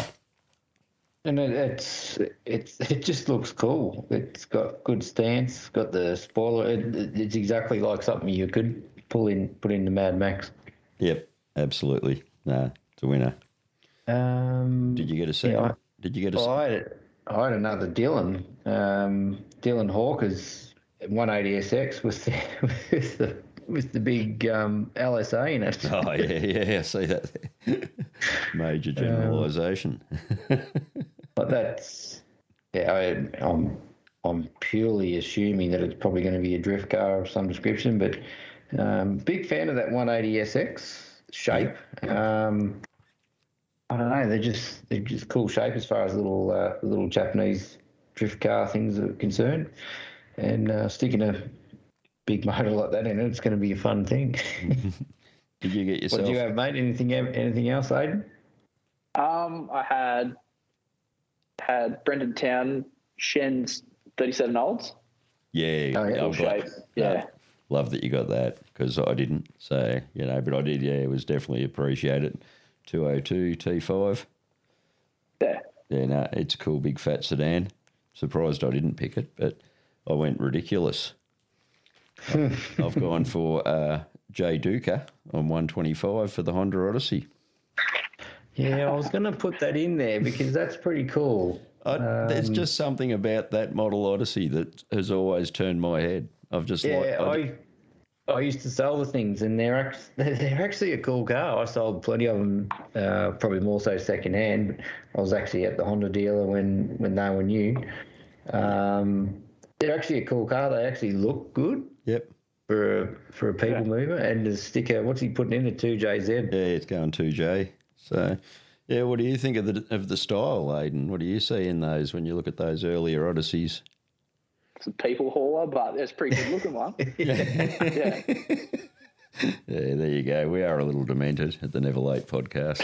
[SPEAKER 2] And it, it's it's it just looks cool. It's got good stance. It's got the spoiler. It, it's exactly like something you could pull in put into Mad Max.
[SPEAKER 1] Yep, absolutely. Nah, it's a winner.
[SPEAKER 2] Um,
[SPEAKER 1] Did you get a second?
[SPEAKER 2] I- Oh.
[SPEAKER 1] Did you get a
[SPEAKER 2] Well,
[SPEAKER 1] second?
[SPEAKER 2] I had, I had another Dylan, um, Dylan Hawkers, 180SX with the, with the with the big um, LSA in it.
[SPEAKER 1] Oh yeah, yeah, I see that. there.
[SPEAKER 2] Uh,
[SPEAKER 1] Major generalisation.
[SPEAKER 2] But that's yeah, I, I'm I'm purely assuming that it's probably going to be a drift car of some description, but um, big fan of that 180SX shape. Um, I don't know. They're just they're just cool shape as far as little uh, little Japanese drift car things are concerned, and uh, sticking a big motor like that in it, it's going to be a fun thing.
[SPEAKER 1] Did you get
[SPEAKER 2] what
[SPEAKER 1] yourself?
[SPEAKER 2] do you have, mate? Anything anything else, Aiden?
[SPEAKER 4] Um, I had had Brendan Town Shen's thirty-seven olds.
[SPEAKER 1] yeah,
[SPEAKER 2] Oh, yeah.
[SPEAKER 1] I'm glad-
[SPEAKER 4] shape. Yeah,
[SPEAKER 1] love that you got that because I didn't. So you know, but I did. Yeah, it was definitely appreciated. Two hundred two T five.
[SPEAKER 4] yeah.
[SPEAKER 1] Yeah, no, it's a cool big fat sedan. Surprised I didn't pick it, but I went ridiculous. I've I've gone for uh, Jay Duca on one twenty five for the Honda Odyssey.
[SPEAKER 2] Yeah, I was going to put that in there because that's pretty cool.
[SPEAKER 1] I,
[SPEAKER 2] Um,
[SPEAKER 1] there's just something about that model Odyssey that has always turned my head. I've just
[SPEAKER 2] Yeah,
[SPEAKER 1] like,
[SPEAKER 2] I, I used to sell the things, and they're act- they're actually a cool car. I sold plenty of them, uh, probably more so secondhand. But I was actually at the Honda dealer when when they were new. Um, they're actually a cool car. They actually look good
[SPEAKER 1] yep,
[SPEAKER 2] for a, for a people mover and the sticker. What's he putting in the two JZ?
[SPEAKER 1] yeah, it's going two J. So, yeah, what do you think of the of the style, Aiden? What do you see in those when you look at those earlier Odysseys?
[SPEAKER 4] It's a people hauler, but it's a pretty good looking one. yeah.
[SPEAKER 1] Yeah, there you go. We are a little demented at the Never Late podcast.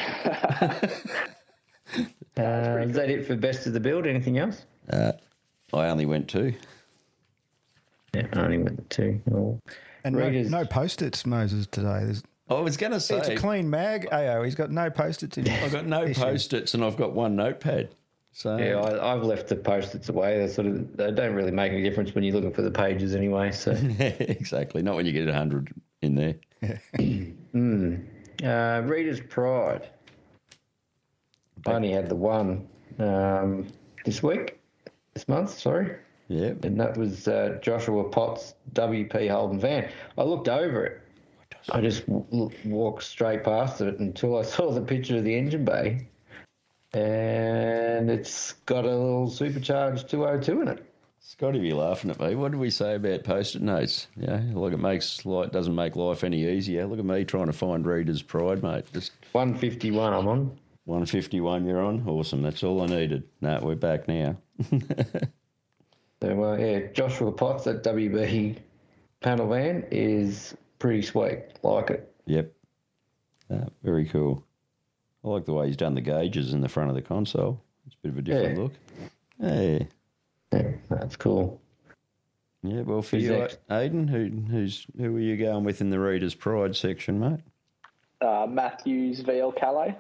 [SPEAKER 2] Uh, is that it for best of the build? Anything else?
[SPEAKER 1] Uh, I only went two.
[SPEAKER 2] Yeah, I only went the two. Oh.
[SPEAKER 3] And no,
[SPEAKER 2] Readers.
[SPEAKER 3] no post-its, Moses, today. There's,
[SPEAKER 1] I was going to say
[SPEAKER 3] it's a clean mag, AO. He's got no post-its in
[SPEAKER 1] I've
[SPEAKER 3] it.
[SPEAKER 1] got no post-its and I've got one notepad. So
[SPEAKER 2] Yeah, I, I've left the post-its away. They sort of they don't really make any difference when you're looking for the pages anyway. So
[SPEAKER 1] exactly. Not when you get hundred in there.
[SPEAKER 2] uh, reader's pride. I only had the one um, this week, this month. Sorry,
[SPEAKER 1] Yeah.
[SPEAKER 2] and that was uh, Joshua Potts WP Holden van. I looked over it. I just w- w- walked straight past it until I saw the picture of the engine bay, and it's got a little supercharged 202 in it.
[SPEAKER 1] Scotty be laughing at me. What did we say about post-it notes? Yeah, look, it makes like doesn't make life any easier. Look at me trying to find readers' pride, mate. Just
[SPEAKER 2] 151 I'm on.
[SPEAKER 1] one fifty-one. You're on. Awesome. That's all I needed. No, we're back now.
[SPEAKER 2] So, well, yeah, Joshua Potts at WB panel van is pretty sweet. Like it.
[SPEAKER 1] Yep. Uh, very cool. I like the way he's done the gauges in the front of the console. It's a bit of a different
[SPEAKER 2] Yeah.
[SPEAKER 1] look. Hey.
[SPEAKER 2] Yeah, that's cool.
[SPEAKER 1] Yeah, well, for
[SPEAKER 2] Who's
[SPEAKER 1] you,
[SPEAKER 2] next?
[SPEAKER 1] Aiden, who, who's who are you going with in the readers' pride section, mate?
[SPEAKER 4] Uh, Matthews VL Calais.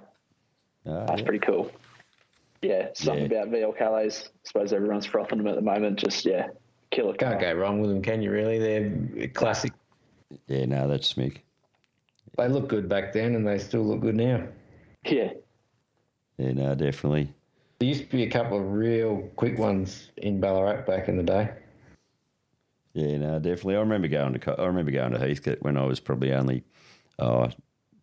[SPEAKER 1] Ah,
[SPEAKER 4] That's
[SPEAKER 1] yeah.
[SPEAKER 4] pretty cool. Yeah, something
[SPEAKER 1] Yeah.
[SPEAKER 4] about VL Calais. I suppose everyone's frothing them at the moment. Just yeah, killer car.
[SPEAKER 2] Can't go wrong with them, can you? Really, they're classic.
[SPEAKER 1] yeah, no, that's Smick.
[SPEAKER 2] They look good back then, and they still look good now.
[SPEAKER 4] Yeah,
[SPEAKER 1] Yeah, no, definitely.
[SPEAKER 2] There used to be a couple of real quick ones in Ballarat back in the day.
[SPEAKER 1] Yeah, no, definitely. I remember going to co- I remember going to Heathcote when I was probably only oh,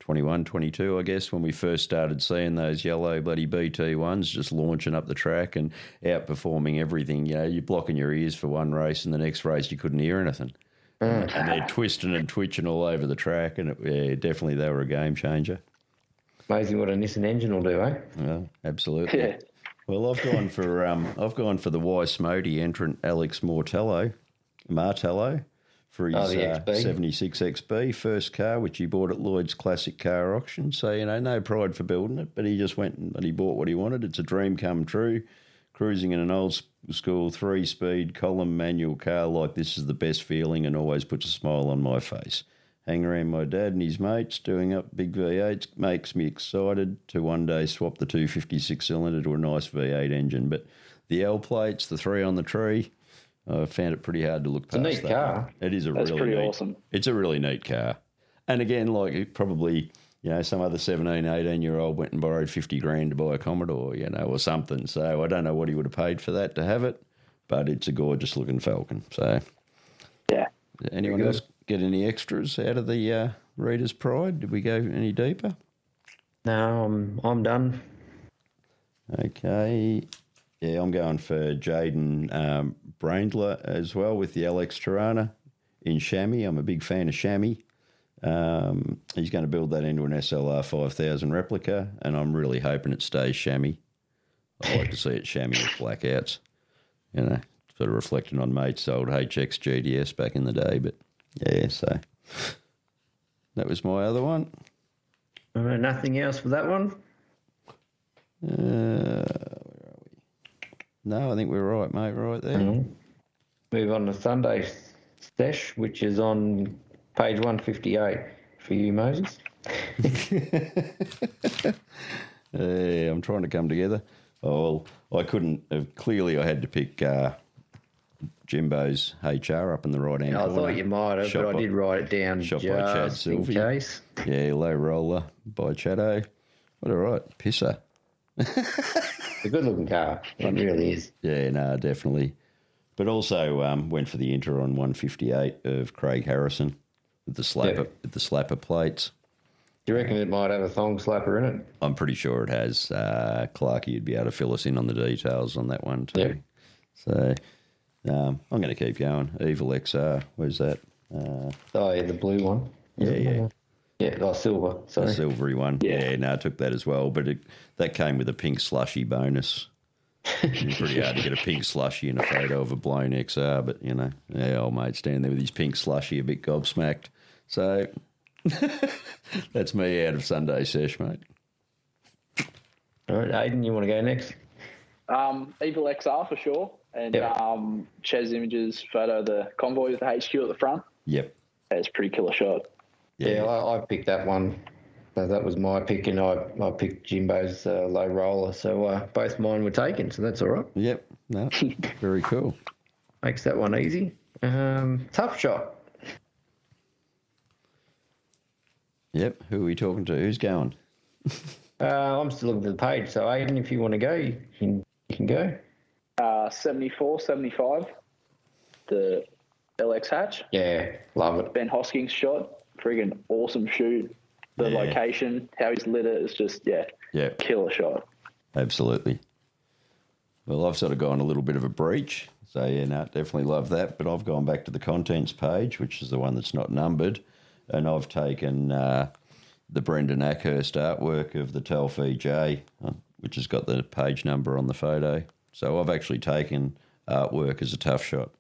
[SPEAKER 1] 21, 22, I guess, when we first started seeing those yellow bloody BT ones just launching up the track and outperforming everything. You know, you're blocking your ears for one race, and the next race you couldn't hear anything. And, and they're twisting and twitching all over the track, and it, yeah, definitely they were a game changer.
[SPEAKER 2] Amazing what a Nissan engine will do, eh?
[SPEAKER 1] Yeah, absolutely.
[SPEAKER 4] yeah.
[SPEAKER 1] Well, I've gone for um, I've gone for the Y Smody entrant Alex Mortello, Martello, for his
[SPEAKER 2] Oh, the
[SPEAKER 1] uh,
[SPEAKER 2] XB.
[SPEAKER 1] seventy six XB first car, which he bought at Lloyd's Classic Car Auction. So you know, no pride for building it, but he just went and and he bought what he wanted. It's a dream come true. Cruising in an old s- school three speed column manual car like this is the best feeling and always puts a smile on my face. Hang around my dad and his mates doing up big V8s makes me excited to one day swap the 256 cylinder to a nice V8 engine. But the L plates, the three on the tree, I Uh, found it pretty hard to look past.
[SPEAKER 2] neat
[SPEAKER 1] that.
[SPEAKER 2] car.
[SPEAKER 1] It is a
[SPEAKER 4] That's
[SPEAKER 1] really
[SPEAKER 4] pretty
[SPEAKER 1] neat,
[SPEAKER 4] awesome.
[SPEAKER 1] It's a really neat car. And again, like it probably, you know, some other 17, 18 year old went and borrowed 50 grand to buy a Commodore, you know, or something. So I don't know what he would have paid for that to have it, but it's a gorgeous looking Falcon. So
[SPEAKER 4] yeah.
[SPEAKER 1] anyone else get any extras out of the uh, Reader's Pride? Did we go any deeper?
[SPEAKER 2] No, I'm I'm done.
[SPEAKER 1] Okay. Yeah, I'm going for Jaden um, Braindler as well with the Alex Tirana in chamois. I'm a big fan of chamois. Um, he's going to build that into an SLR 5000 replica, and I'm really hoping it stays chamois. I like to see it chamois with blackouts, you know, sort of reflecting on mates old HX GDS back in the day. But yeah, so that was my other one.
[SPEAKER 2] I know Uh, nothing else for that one.
[SPEAKER 1] Uh, where are we? No, I think we're right, mate, right there.
[SPEAKER 2] Move on to Sunday Stash, which is on page 158 for you, Moses.
[SPEAKER 1] Yeah, I'm trying to come together. Oh, well, I couldn't. Have, clearly, I had to pick uh, Jimbo's HR up in the right hand
[SPEAKER 2] Oh, I
[SPEAKER 1] corner.
[SPEAKER 2] thought you might have,
[SPEAKER 1] Shot
[SPEAKER 2] but
[SPEAKER 1] by-
[SPEAKER 2] I did write it down
[SPEAKER 1] shot
[SPEAKER 2] just
[SPEAKER 1] by Chad
[SPEAKER 2] in
[SPEAKER 1] Sylvie.
[SPEAKER 2] case.
[SPEAKER 1] Yeah, low roller by Chado. What all right, pisser.
[SPEAKER 2] It's a good looking car. It really is.
[SPEAKER 1] Yeah, no, definitely. But also um, went for the Inter on 158 of Craig Harrison with the slapper
[SPEAKER 2] Yeah.
[SPEAKER 1] with the slapper plates.
[SPEAKER 2] Do you reckon it might have a thong slapper in it?
[SPEAKER 1] I'm pretty sure it has. Uh, Clarky, you'd be able to fill us in on the details on that one too.
[SPEAKER 2] Yeah.
[SPEAKER 1] So um, I'm going to keep going. Evil XR, where's that? Uh,
[SPEAKER 2] Oh, yeah, the blue one.
[SPEAKER 1] yeah, yeah.
[SPEAKER 2] Yeah, oh, silver.
[SPEAKER 1] The
[SPEAKER 2] Sorry.
[SPEAKER 1] silvery one. Yeah, no, I took that as well, but it, that came with a pink slushy bonus. It'd be pretty hard to get a pink slushy in a photo of a blown XR, but you know, yeah, old mate standing there with his pink slushy a bit gobsmacked. So that's me out of Sunday sesh, mate.
[SPEAKER 2] All right, Aiden, you want to go next?
[SPEAKER 4] Um, Evil XR for sure, and
[SPEAKER 2] Yep.
[SPEAKER 4] um, Chaz Images photo of the convoy with the HQ at the front.
[SPEAKER 1] Yep.
[SPEAKER 4] That's a pretty killer shot.
[SPEAKER 2] Yeah, I, I picked that one. So that was my pick, and I, I picked Jimbo's uh, low roller. So uh, both mine were taken, so that's all right.
[SPEAKER 1] Yep. No, very cool.
[SPEAKER 2] Makes that one easy. Um, tough shot.
[SPEAKER 1] Yep. Who are we talking to? Who's going?
[SPEAKER 2] Uh, I'm still looking for the page. So, Aiden, if you want to go, you can, you can go.
[SPEAKER 4] Uh, 74, 75, the LX hatch.
[SPEAKER 2] Yeah, love it.
[SPEAKER 4] Ben Hoskins shot, friggin' awesome shoot. The
[SPEAKER 1] Yeah.
[SPEAKER 4] location, how he's lit it is just yeah,
[SPEAKER 1] Yep.
[SPEAKER 4] killer shot.
[SPEAKER 1] Absolutely. Well, I've sort of gone a little bit of a breach. So, yeah, no, definitely love that. But I've gone back to the contents page, which is the one that's not numbered. And I've taken uh, the Brendan Ackhurst artwork of the TALF EJ, uh, which has got the page number on the photo. So I've actually taken artwork as a tough shot.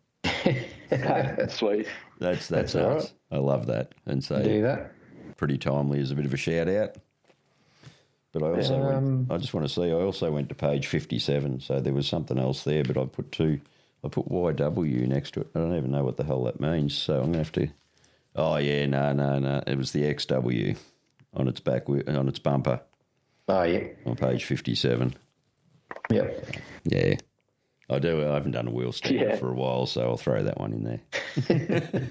[SPEAKER 4] Sweet.
[SPEAKER 1] That's that's,
[SPEAKER 2] all
[SPEAKER 1] us. I love that. And so
[SPEAKER 2] Do that.
[SPEAKER 1] pretty timely as a bit of a shout out. But I also
[SPEAKER 2] Um,
[SPEAKER 1] went, I just want to see I also went to page fifty seven, so there was something else there, but I put two I put YW next to it. I don't even know what the hell that means, so I'm gonna have to Oh yeah, no, no, no. It was the XW on its back wi- on its bumper
[SPEAKER 2] Oh, yeah.
[SPEAKER 1] on page fifty seven.
[SPEAKER 2] Yep.
[SPEAKER 1] Yeah. I do I haven't done a wheel sticker
[SPEAKER 4] Yeah.
[SPEAKER 1] for a while, so I'll throw that one in there.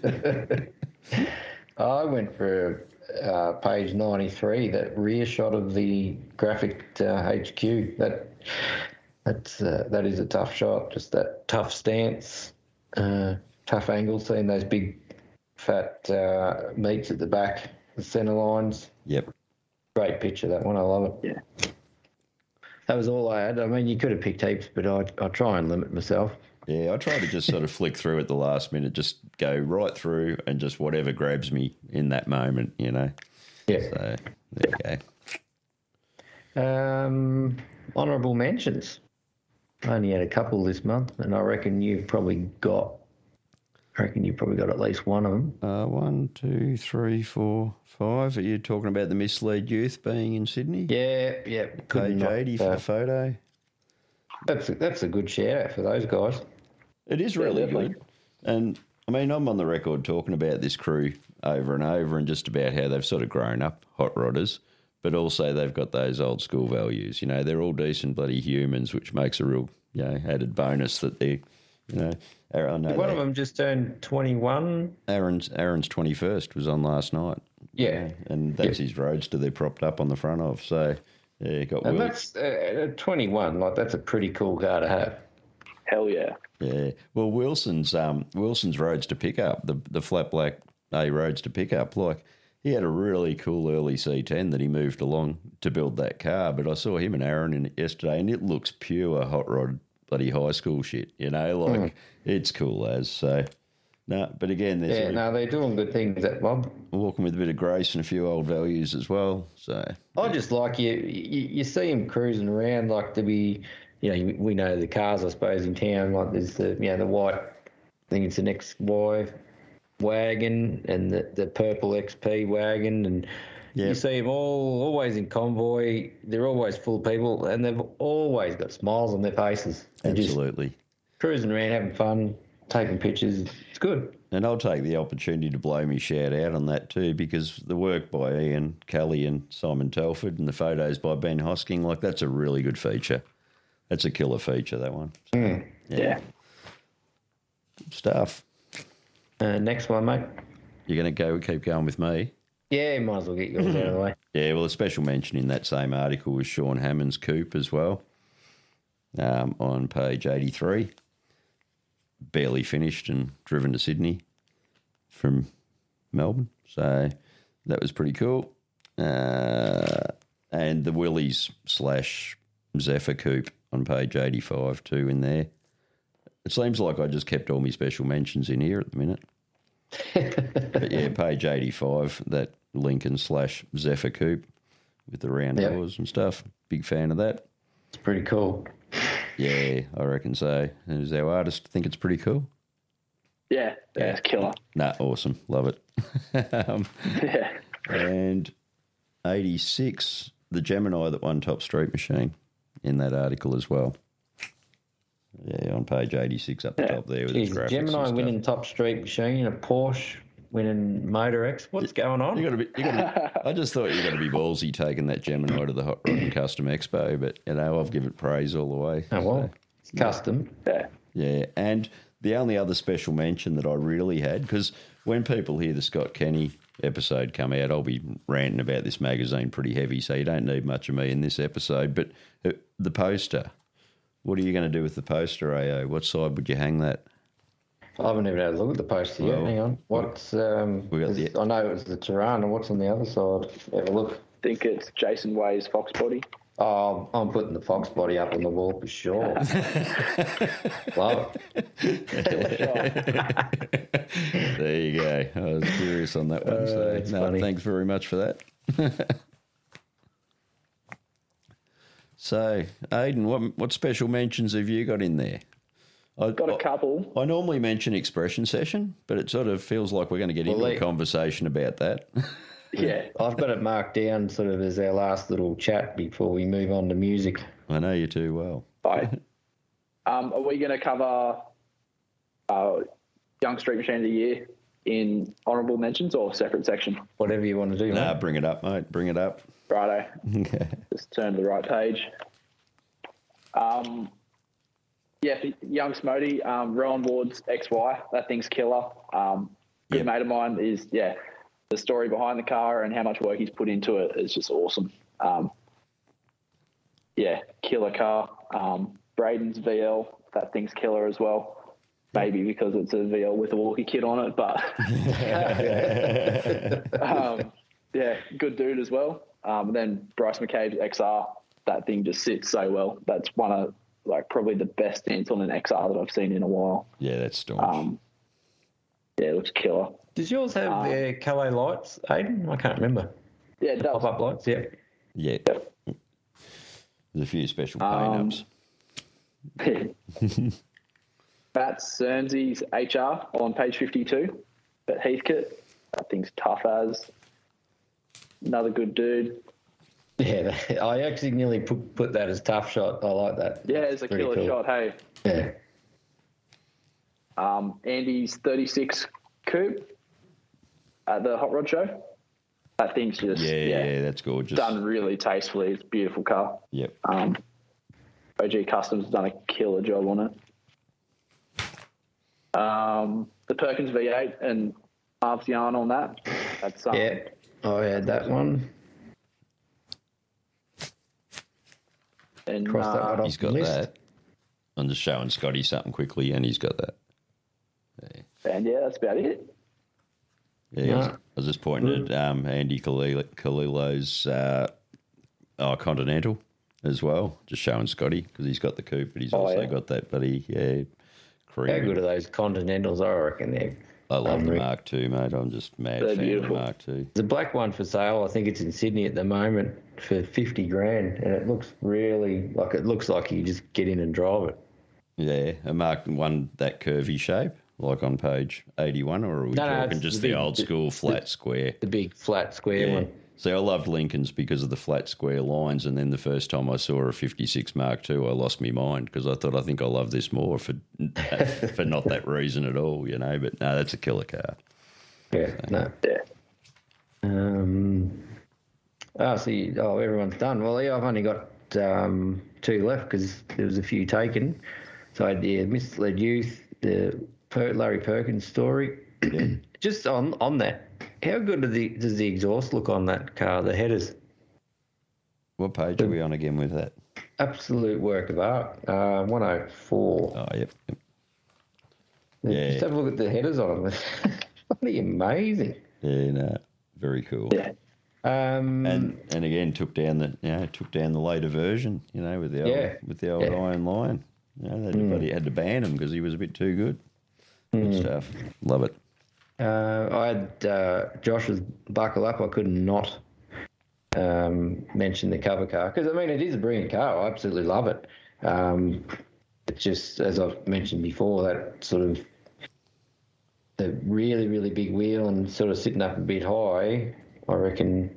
[SPEAKER 2] I went for uh, page 93, that rear shot of the graphic uh, HQ. That that's uh, that is a tough shot, just that tough stance, uh, tough angle, seeing those big fat uh, meats at the back, the centre lines.
[SPEAKER 1] Yep.
[SPEAKER 2] Great picture, that one. I love it.
[SPEAKER 4] Yeah.
[SPEAKER 2] That was all I had. I mean, you could have picked heaps, but I, I try and limit myself.
[SPEAKER 1] Yeah, I try to just sort of flick through at the last minute, just go right through and just whatever grabs me in that moment, you know.
[SPEAKER 2] Yeah.
[SPEAKER 1] So there you go.
[SPEAKER 2] Um, honourable mentions. I only had a couple this month, and I reckon you've probably got. I reckon you've probably got at least one of them.
[SPEAKER 1] Uh, one, two, three, four, five. Are you talking about the mislead youth being in Sydney?
[SPEAKER 2] Yeah, yeah. could
[SPEAKER 1] Page
[SPEAKER 2] not-
[SPEAKER 1] 80 for
[SPEAKER 2] uh,
[SPEAKER 1] the photo.
[SPEAKER 2] that's a, that's a good shout out for those guys.
[SPEAKER 1] It is really
[SPEAKER 4] definitely.
[SPEAKER 1] good. And I mean, I'm on the record talking about this crew over and over and just about how they've sort of grown up, hot rodders, but also they've got those old school values. You know, they're all decent bloody humans, which makes a real, you know, added bonus that they, you know, Aaron, I know
[SPEAKER 2] One
[SPEAKER 1] they-
[SPEAKER 2] of them just turned twenty one.
[SPEAKER 1] Aaron's Aaron's 21st was on last night.
[SPEAKER 2] Yeah,
[SPEAKER 1] And that's his roadster they're propped up on the front of. So, yeah, you got
[SPEAKER 2] and
[SPEAKER 1] Will.
[SPEAKER 2] that's uh, twenty one. Like that's a pretty cool car to have.
[SPEAKER 4] Hell yeah.
[SPEAKER 1] Yeah. Well, Wilson's um, Wilson's roads to pick up the the flat black A roads to pick up. Like he had a really cool early C10 that he moved along to build that car. But I saw him and Aaron in it yesterday, and it looks pure hot rod bloody high school shit. You know, like it's cool as so. No, but again, there's
[SPEAKER 2] Yeah,
[SPEAKER 1] a-
[SPEAKER 2] no, they're doing good things at Bob.
[SPEAKER 1] walking with a bit of grace and a few old values as well. So
[SPEAKER 2] I just like you, you. You see him cruising around like to be, you know, you- we know the cars, I suppose, in town. Like there's the, you know, the white. I think it's an XY wagon and the, the purple XP wagon, and
[SPEAKER 1] Yeah.
[SPEAKER 2] you see them all always in convoy. They're always full of people, and they've always got smiles on their faces. They're just
[SPEAKER 1] absolutely.
[SPEAKER 2] cruising around, having fun, taking pictures. It's good.
[SPEAKER 1] And I'll take the opportunity to blow me shout out on that too, because the work by Ian Kelly and Simon Telford and the photos by Ben Hosking, like that's a really good feature. That's a killer feature, that one. So,
[SPEAKER 4] yeah.
[SPEAKER 1] Good stuff.
[SPEAKER 2] Uh, next one, mate.
[SPEAKER 1] You're going to go keep going with me.
[SPEAKER 2] Yeah, might as well get yours out of the way.
[SPEAKER 1] Yeah, well, a special mention in that same article was Sean Hammond's coupe as well um, on page 83. Barely finished and driven to Sydney from Melbourne. So that was pretty cool. Uh, and the Willies slash Zephyr coupe on page 85 too in there. It seems like I just kept all my special mentions in here at the minute. But yeah, page 85, that Lincoln slash Zephyr coupe with the round
[SPEAKER 2] Yeah.
[SPEAKER 1] doors and stuff. Big fan of that.
[SPEAKER 2] It's pretty cool.
[SPEAKER 1] Yeah, I reckon so. And Does our artist think it's pretty cool?
[SPEAKER 4] Yeah. Yeah. It's killer.
[SPEAKER 1] Nah, awesome. Love it. um,
[SPEAKER 4] Yeah.
[SPEAKER 1] and 86, the Gemini that won Top Street Machine in that article as well. Yeah, on page 86 up the top there with its
[SPEAKER 2] Jeez,
[SPEAKER 1] graphics. and
[SPEAKER 2] Gemini
[SPEAKER 1] stuff.
[SPEAKER 2] winning top street machine, a Porsche winning Motor X. What's going
[SPEAKER 1] You
[SPEAKER 2] on?
[SPEAKER 1] gotta be, you gotta be, I just thought you got to be ballsy taking that Gemini to the Hot Rod and Custom Expo, but you know I've given it praise all the way.
[SPEAKER 2] Oh well,
[SPEAKER 1] So,
[SPEAKER 2] it's custom.
[SPEAKER 4] Yeah.
[SPEAKER 1] yeah, and the only other special mention that I really had because when people hear the Scott Kenny episode come out, I'll be ranting about this magazine pretty heavy, so you don't need much of me in this episode. But uh, the poster, what are you going to do with the poster, AO? What side would you hang that?
[SPEAKER 2] I haven't even had a look at the poster yet.
[SPEAKER 1] Well,
[SPEAKER 2] Hang on. What's um?
[SPEAKER 1] we got the-
[SPEAKER 2] is- I know it's the Tirana. What's on the other side? Have a look.
[SPEAKER 4] think it's Jason Way's Fox Body.
[SPEAKER 2] Oh, I'm putting the fox body up on the wall for sure. Love it.
[SPEAKER 1] There you go. I was curious on that one. so
[SPEAKER 2] Uh, that's
[SPEAKER 1] no,
[SPEAKER 2] funny.
[SPEAKER 1] thanks very much for that. so, Aiden, what what special mentions have you got in there? I,
[SPEAKER 4] Got
[SPEAKER 1] I-
[SPEAKER 4] a couple.
[SPEAKER 1] I normally mention expression session, but it sort of feels like we're going to get into
[SPEAKER 2] Well,
[SPEAKER 1] a
[SPEAKER 2] they-
[SPEAKER 1] conversation about that.
[SPEAKER 4] Yeah.
[SPEAKER 2] I've got it marked down sort of as our last little chat before we move on to music.
[SPEAKER 1] I know you too well.
[SPEAKER 4] Bye. um, are we going to cover uh, Young Street Machine of the Year in honourable mentions or separate section?
[SPEAKER 2] Whatever you want to do.
[SPEAKER 1] Nah,
[SPEAKER 2] mate.
[SPEAKER 1] bring it up, mate. Bring it up.
[SPEAKER 4] Righto.
[SPEAKER 1] Okay.
[SPEAKER 4] Just turn to the right page. Um, yeah, for Young Smody, um, Rowan Ward's XY. That thing's killer. Um,
[SPEAKER 1] Yep.
[SPEAKER 4] good mate of mine is yeah. The story behind the car and how much work he's put into it is just awesome. Um, yeah, killer car. Um, Braden's VL. That thing's killer as well. Maybe because it's a VL with a walkie kit on it, but um, yeah, good dude as well. Um, and then Bryce McCabe's XR, that thing just sits so well. That's one of like probably the best stance on an XR that I've seen in a while.
[SPEAKER 1] Yeah, that's staunch.
[SPEAKER 4] Um, yeah, it looks killer.
[SPEAKER 2] Does yours have
[SPEAKER 4] Ah.
[SPEAKER 2] the Calais lights, Aiden? I can't remember.
[SPEAKER 4] Yeah, it
[SPEAKER 2] Pop
[SPEAKER 4] does.
[SPEAKER 2] up lights, yeah.
[SPEAKER 1] yeah.
[SPEAKER 4] yep.
[SPEAKER 1] There's a few special
[SPEAKER 4] Um,
[SPEAKER 1] paint ups.
[SPEAKER 4] Matt Cernsey's HR on page 52 at Heathcote. That thing's tough as. Another good dude.
[SPEAKER 2] Yeah, that- I actually nearly put, put that as tough shot. I like that.
[SPEAKER 4] Yeah, it's a
[SPEAKER 2] Pretty
[SPEAKER 4] killer
[SPEAKER 2] cool.
[SPEAKER 4] shot. Hey,
[SPEAKER 2] Yeah.
[SPEAKER 4] um, Andy's 36 coupe at the Hot Rod Show. That thing's just
[SPEAKER 1] Yeah, yeah,
[SPEAKER 4] yeah,
[SPEAKER 1] that's gorgeous.
[SPEAKER 4] done really tastefully. It's a beautiful car.
[SPEAKER 1] Yep.
[SPEAKER 4] Um, OG Customs has done a killer job on it. Um, the Perkins V8 and Marv's yarn on that. That's um,
[SPEAKER 2] Yeah. I had that one.
[SPEAKER 4] and,
[SPEAKER 2] Cross that
[SPEAKER 4] uh,
[SPEAKER 2] one off
[SPEAKER 1] He's got
[SPEAKER 2] the list.
[SPEAKER 1] that. I'm just showing Scotty something quickly, and he's got that.
[SPEAKER 4] and yeah, that's about it.
[SPEAKER 1] Yeah, I, was, I was just pointing at um, Andy Kalil- Kalilo's uh, oh, Continental as well, just showing Scotty because he's got the coupe, but he's
[SPEAKER 2] Oh,
[SPEAKER 1] also
[SPEAKER 2] yeah.
[SPEAKER 1] got that bloody yeah cream.
[SPEAKER 2] How good are those Continentals? I reckon they're.
[SPEAKER 1] I love the
[SPEAKER 2] Unreal.
[SPEAKER 1] Mark II, mate. I'm just mad
[SPEAKER 4] They're
[SPEAKER 1] fan
[SPEAKER 4] beautiful.
[SPEAKER 1] of the Mark II.
[SPEAKER 2] The black one for sale, I think it's in Sydney at the moment for 50 grand, and it looks really like it looks like you just get in and drive it.
[SPEAKER 1] Yeah, a Mark one that curvy shape, like on page 81, or are we
[SPEAKER 2] No, no,
[SPEAKER 1] talking
[SPEAKER 2] it's
[SPEAKER 1] just
[SPEAKER 2] the
[SPEAKER 1] the
[SPEAKER 2] big-
[SPEAKER 1] old school flat square?
[SPEAKER 2] The big flat square
[SPEAKER 1] Yeah.
[SPEAKER 2] one.
[SPEAKER 1] So I loved Lincolns because of the flat square lines, and then the first time I saw a '56 Mark II, I lost my mind because I thought I think I love this more for for not that reason at all, you know. But no, that's a killer car.
[SPEAKER 2] Yeah, no.
[SPEAKER 4] Yeah.
[SPEAKER 2] Um, oh, see, oh, everyone's done. Well, yeah, I've only got um, two left because there was a few taken. So I had the misled youth, the per- Larry Perkins story. Just on on that, how good are the, does the exhaust look on that car? The headers,
[SPEAKER 1] What page are we on again with that?
[SPEAKER 2] absolute work of art. Uh, One hundred four.
[SPEAKER 1] Oh, yep. yep. yeah.
[SPEAKER 2] Just have a look at the headers on them. Bloody amazing.
[SPEAKER 1] Yeah, no, very cool.
[SPEAKER 4] Yeah.
[SPEAKER 2] Um,
[SPEAKER 1] And and again, took down the you know, took down the later version, you know, with the old
[SPEAKER 2] Yeah.
[SPEAKER 1] with the old
[SPEAKER 2] Yeah.
[SPEAKER 1] Iron Lion. You know, they bloody had to ban him because he was a bit too good. Good stuff. Love it.
[SPEAKER 2] Uh, I had uh, Josh's buckle up. I could not um, mention the cover car because I mean it is a brilliant car. I absolutely love it. Um, it's just as I've mentioned before, that sort of the really really big wheel and sort of sitting up a bit high. I reckon.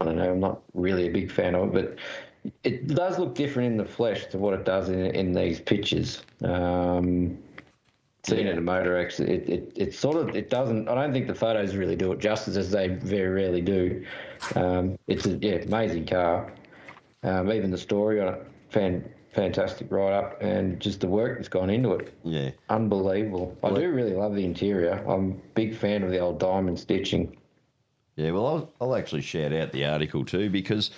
[SPEAKER 2] I don't know. I'm not really a big fan of it, but it does look different in the flesh to what it does in in these pictures. Um, seen it in a motor actually it, it, it sort of it doesn't i don't think the photos really do it justice as they very rarely do um, it's a yeah amazing car um, even the story on it fan, fantastic write up and just the work that's gone into it
[SPEAKER 1] Yeah.
[SPEAKER 2] unbelievable i do really love the interior i'm a big fan of the old diamond stitching
[SPEAKER 1] Yeah, well, I'll, I'll actually shout out the article too because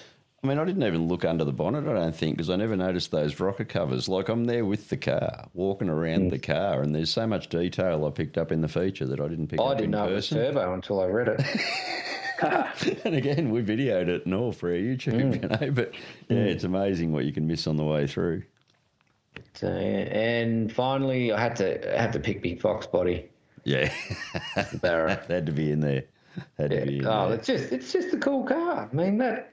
[SPEAKER 1] I mean, I didn't even look under the bonnet, I don't think, because I never noticed those rocker covers. Like, I'm there with the car, walking around
[SPEAKER 2] Mm.
[SPEAKER 1] the car, and there's so much detail I picked up in the feature that I didn't pick
[SPEAKER 2] i
[SPEAKER 1] up in
[SPEAKER 2] didn't know it was
[SPEAKER 1] person.
[SPEAKER 2] turbo until i read it
[SPEAKER 1] and again, we videoed it and all for our YouTube,
[SPEAKER 2] Mm.
[SPEAKER 1] you know, but yeah, it's amazing what you can miss on the way through.
[SPEAKER 2] so, and finally i had to I had to pick big fox body
[SPEAKER 1] Yeah,
[SPEAKER 2] the barra
[SPEAKER 1] that had to be in there. Had to be in
[SPEAKER 2] Oh,
[SPEAKER 1] there.
[SPEAKER 2] it's just it's just a cool car. I mean that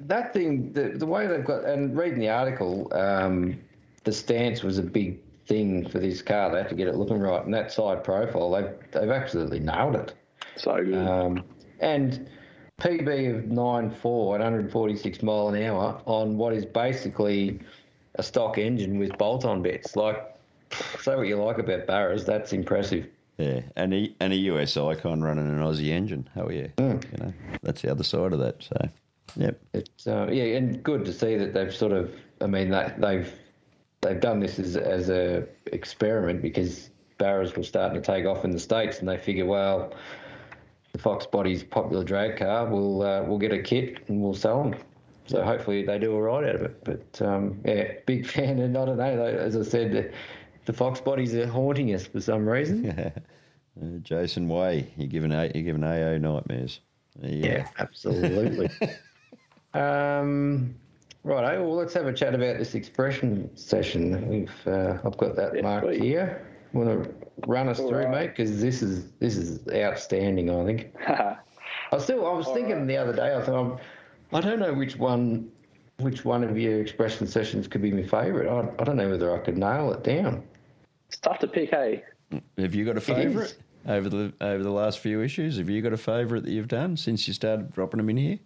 [SPEAKER 2] that thing, the, the way they've got and reading the article, um, the stance was a big thing for this car. They had to get it looking right, and that side profile, they've they've absolutely nailed it.
[SPEAKER 4] So good.
[SPEAKER 2] Um, and PB of 9.4 at 146 mile an hour on what is basically a stock engine with bolt-on bits. Like, say what you like about Barras, that's impressive.
[SPEAKER 1] Yeah, and a, and a US icon running an Aussie engine. Oh yeah,
[SPEAKER 2] Mm.
[SPEAKER 1] you know that's the other side of that. So, yep,
[SPEAKER 2] It's uh, yeah, and good to see that they've sort of. I mean, that they've they've done this as as a experiment because barras were starting to take off in the states, and they figure, well, the Fox Body's popular drag car, we'll uh, we'll get a kit and we'll sell them. So hopefully they do all right out of it. But um, yeah, big fan, and I don't know. they- As I said, the, the Fox Bodies are haunting us for some reason.
[SPEAKER 1] Uh, Jason Way, you're giving a, you're giving AO nightmares. There you go.
[SPEAKER 2] Yeah, absolutely. um, right, well, let's have a chat about this expression session. We've uh, I've got that
[SPEAKER 4] Yeah,
[SPEAKER 2] marked
[SPEAKER 4] please.
[SPEAKER 2] here. Want to run us through, mate, 'cause
[SPEAKER 4] right.
[SPEAKER 2] mate? Because this is this is outstanding. I think I was still I was thinking the other day. I thought I'm, I don't know which one which one of your expression sessions could be my favourite. I, I don't know whether I could nail it down.
[SPEAKER 4] it's tough to pick, hey?
[SPEAKER 1] Have you got a
[SPEAKER 2] is.
[SPEAKER 1] favourite over the over the last few issues? Have you got a favourite that you've done since you started dropping them in here?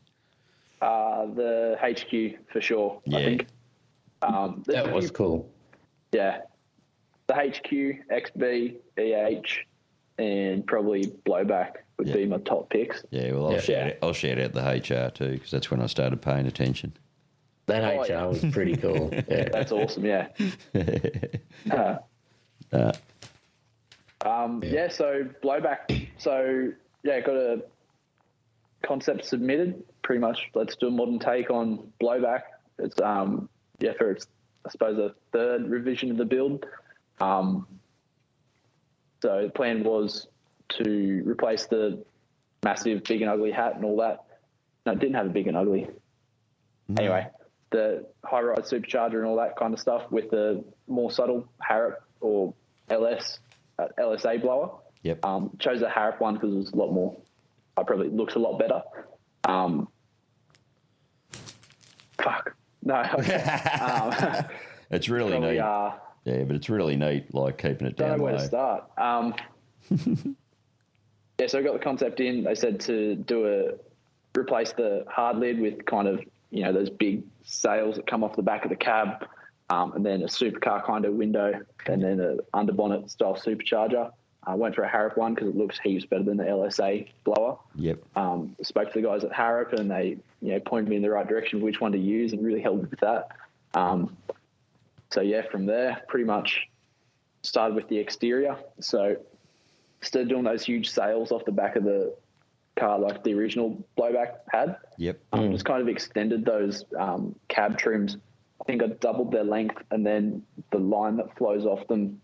[SPEAKER 4] Uh, the HQ for sure. I
[SPEAKER 1] Yeah.
[SPEAKER 4] think. Um, there's
[SPEAKER 2] That
[SPEAKER 4] a
[SPEAKER 2] was
[SPEAKER 4] few-
[SPEAKER 2] cool.
[SPEAKER 4] yeah. The HQ, XB, EH, and probably Blowback would
[SPEAKER 1] Yeah.
[SPEAKER 4] be my top picks.
[SPEAKER 1] Yeah, well, I'll
[SPEAKER 2] Yeah.
[SPEAKER 1] shout out, I'll shout out the HR too because that's when I started paying attention.
[SPEAKER 2] That
[SPEAKER 4] Oh,
[SPEAKER 2] HR
[SPEAKER 4] yeah.
[SPEAKER 2] was pretty cool. Yeah.
[SPEAKER 4] That's awesome. Yeah. Uh,
[SPEAKER 1] Uh,
[SPEAKER 4] Um, yeah. so blowback. So yeah, got a concept submitted. Pretty much, let's do a modern take on blowback. It's um, yeah, for its I suppose a third revision of the build. Um, so the plan was to replace the massive big and ugly hat and all that. No, it didn't have a big and ugly. Anyway, the high ride supercharger and all that kind of stuff with the more subtle Harrop or LS uh, LSA blower.
[SPEAKER 1] Yep.
[SPEAKER 4] Um, chose the Harrop one because it was a lot more. I probably looks a lot better. Um, fuck no. um,
[SPEAKER 1] it's really
[SPEAKER 4] probably,
[SPEAKER 1] neat.
[SPEAKER 4] uh,
[SPEAKER 1] Yeah, but it's really neat, like keeping it
[SPEAKER 4] don't
[SPEAKER 1] down
[SPEAKER 4] know where to
[SPEAKER 1] low.
[SPEAKER 4] start. Um, yeah, so I got the concept in. They said to do a replace the hard lid with kind of you know those big sails that come off the back of the cab, um, and then a supercar kind of window, and then a underbonnet style supercharger. I went for a Harrop one because it looks heaps better than the LSA blower.
[SPEAKER 1] Yep.
[SPEAKER 4] Um, spoke to the guys at Harrop and they you know pointed me in the right direction of which one to use and really helped with that. Um, so yeah, from there, pretty much started with the exterior. So instead of doing those huge sails off the back of the car like the original blowback had,
[SPEAKER 1] Yep.
[SPEAKER 4] um, just kind of extended those um, cab trims. I think I doubled their length, and then the line that flows off them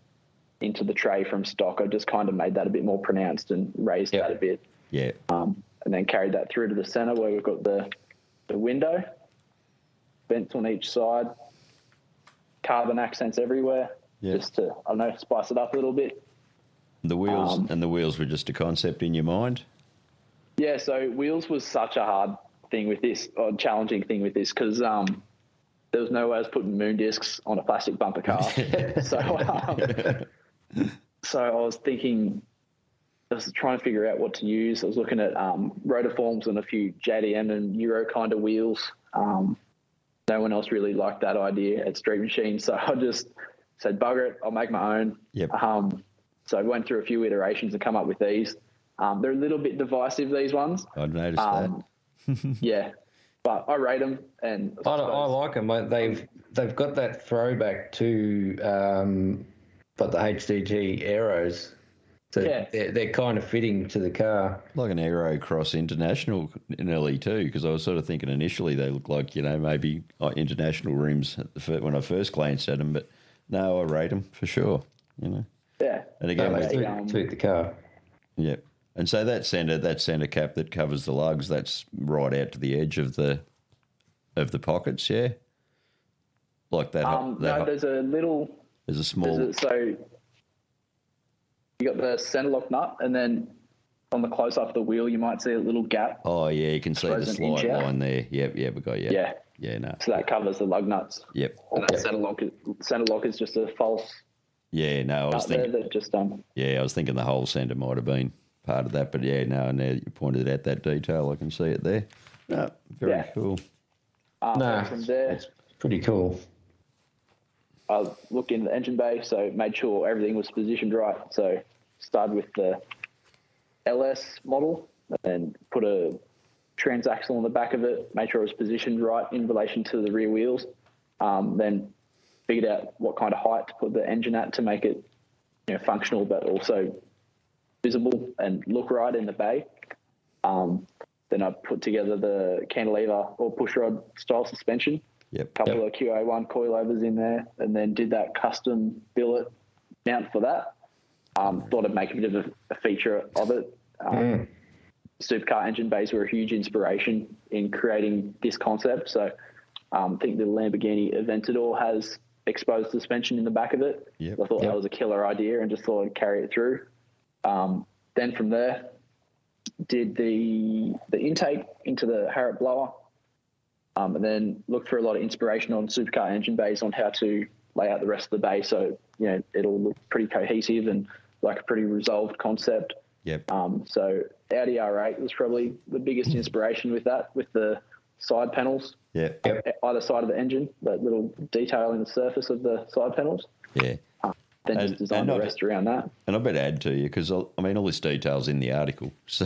[SPEAKER 4] into the tray from stock, I just kind of made that a bit more pronounced and raised
[SPEAKER 2] Yeah.
[SPEAKER 4] that a bit
[SPEAKER 1] Yeah.
[SPEAKER 4] um, and then carried that through to the centre where we've got the the window, vents on each side, carbon accents everywhere,
[SPEAKER 1] Yeah.
[SPEAKER 4] just to I don't know spice it up a little bit.
[SPEAKER 1] The wheels
[SPEAKER 4] Um,
[SPEAKER 1] and the wheels were just a concept in your mind.
[SPEAKER 4] Yeah, so wheels was such a hard thing with this, or challenging thing with this, because um, there was no way I was putting moon discs on a plastic bumper car. so, um, so I was thinking, I was trying to figure out what to use. I was looking at um, rotiforms and a few JDM and Euro kind of wheels. Um, no one else really liked that idea at Street Machine, so I just said, "Bugger it, I'll make my own."
[SPEAKER 1] Yep.
[SPEAKER 4] Um, so I went through a few iterations and come up with these. Um, they're a little bit divisive, these ones.
[SPEAKER 1] I've noticed
[SPEAKER 4] Um, yeah, but I rate them, and
[SPEAKER 2] I, I like them. They've they've got that throwback to um, but the HDG arrows. So
[SPEAKER 4] Yeah.
[SPEAKER 2] they're, they're kind of fitting to the car.
[SPEAKER 1] that. Like an Aerocross International nearly too, because I was sort of thinking initially they looked like you know maybe like international rooms at the fir- when I first glanced at them, but no, I rate them for sure. You know,
[SPEAKER 4] yeah,
[SPEAKER 1] and
[SPEAKER 2] Yeah,
[SPEAKER 1] again,
[SPEAKER 2] they
[SPEAKER 1] we-
[SPEAKER 2] suit,
[SPEAKER 4] um,
[SPEAKER 2] suit the car.
[SPEAKER 1] Yep. And so that center that center cap that covers the lugs, that's right out to the edge of the of the pockets, yeah. Like that.
[SPEAKER 4] Um,
[SPEAKER 1] that
[SPEAKER 4] no, there's a little.
[SPEAKER 1] there's a
[SPEAKER 4] There's
[SPEAKER 1] small.
[SPEAKER 4] a, so you got the centre lock nut, and then on the close up of the wheel, you might see a little gap.
[SPEAKER 1] oh yeah, you can see the
[SPEAKER 4] Frozen
[SPEAKER 1] slide
[SPEAKER 4] inch out.
[SPEAKER 1] line there. Yep, yeah, we got yeah,
[SPEAKER 4] Yeah.
[SPEAKER 1] yeah, no,
[SPEAKER 4] So that covers the lug nuts.
[SPEAKER 1] yep,
[SPEAKER 4] And that centre lock, centre lock is just a false
[SPEAKER 1] yeah, no. I was
[SPEAKER 4] nut there
[SPEAKER 1] thinking,
[SPEAKER 4] that just um.
[SPEAKER 1] yeah, I was thinking the whole center might have been part of that, but yeah, no. Now that you pointed out that detail, I can see it there. No, very
[SPEAKER 4] Yeah.
[SPEAKER 1] cool.
[SPEAKER 4] Uh,
[SPEAKER 2] No,
[SPEAKER 4] from there,
[SPEAKER 2] it's pretty cool.
[SPEAKER 4] I looked into the engine bay, so made sure everything was positioned right. So started with the LS model and put a transaxle on the back of it, made sure it was positioned right in relation to the rear wheels. Um, then figured out what kind of height to put the engine at to make it you know, functional but also visible and look right in the bay. Um, then I put together the cantilever or pushrod style suspension
[SPEAKER 1] Yep,
[SPEAKER 4] couple of QA1 coilovers in there, and then did that custom billet mount for that. Um, thought I'd make a bit of a, a feature of it. Um,
[SPEAKER 1] Hmm.
[SPEAKER 4] Supercar engine bays were a huge inspiration in creating this concept. So um, I think the Lamborghini Aventador has exposed suspension in the back of it.
[SPEAKER 1] Yep.
[SPEAKER 4] I thought that was a killer idea and just thought I'd carry it through. Um, then from there, did the the intake into the Harrop blower, um, and then looked for a lot of inspiration on supercar engine bays on how to lay out the rest of the bay so you know it'll look pretty cohesive and like a pretty resolved concept.
[SPEAKER 1] yep,
[SPEAKER 4] Um, so Audi R8 was probably the biggest inspiration with that, with the side panels
[SPEAKER 1] yep,
[SPEAKER 4] either side of the engine, that little detail in the surface of the side panels.
[SPEAKER 1] yeah.
[SPEAKER 4] Then
[SPEAKER 1] And-
[SPEAKER 4] just design
[SPEAKER 1] and
[SPEAKER 4] the
[SPEAKER 1] not-
[SPEAKER 4] rest around that.
[SPEAKER 1] And I better add to you because I mean all this details in the article, so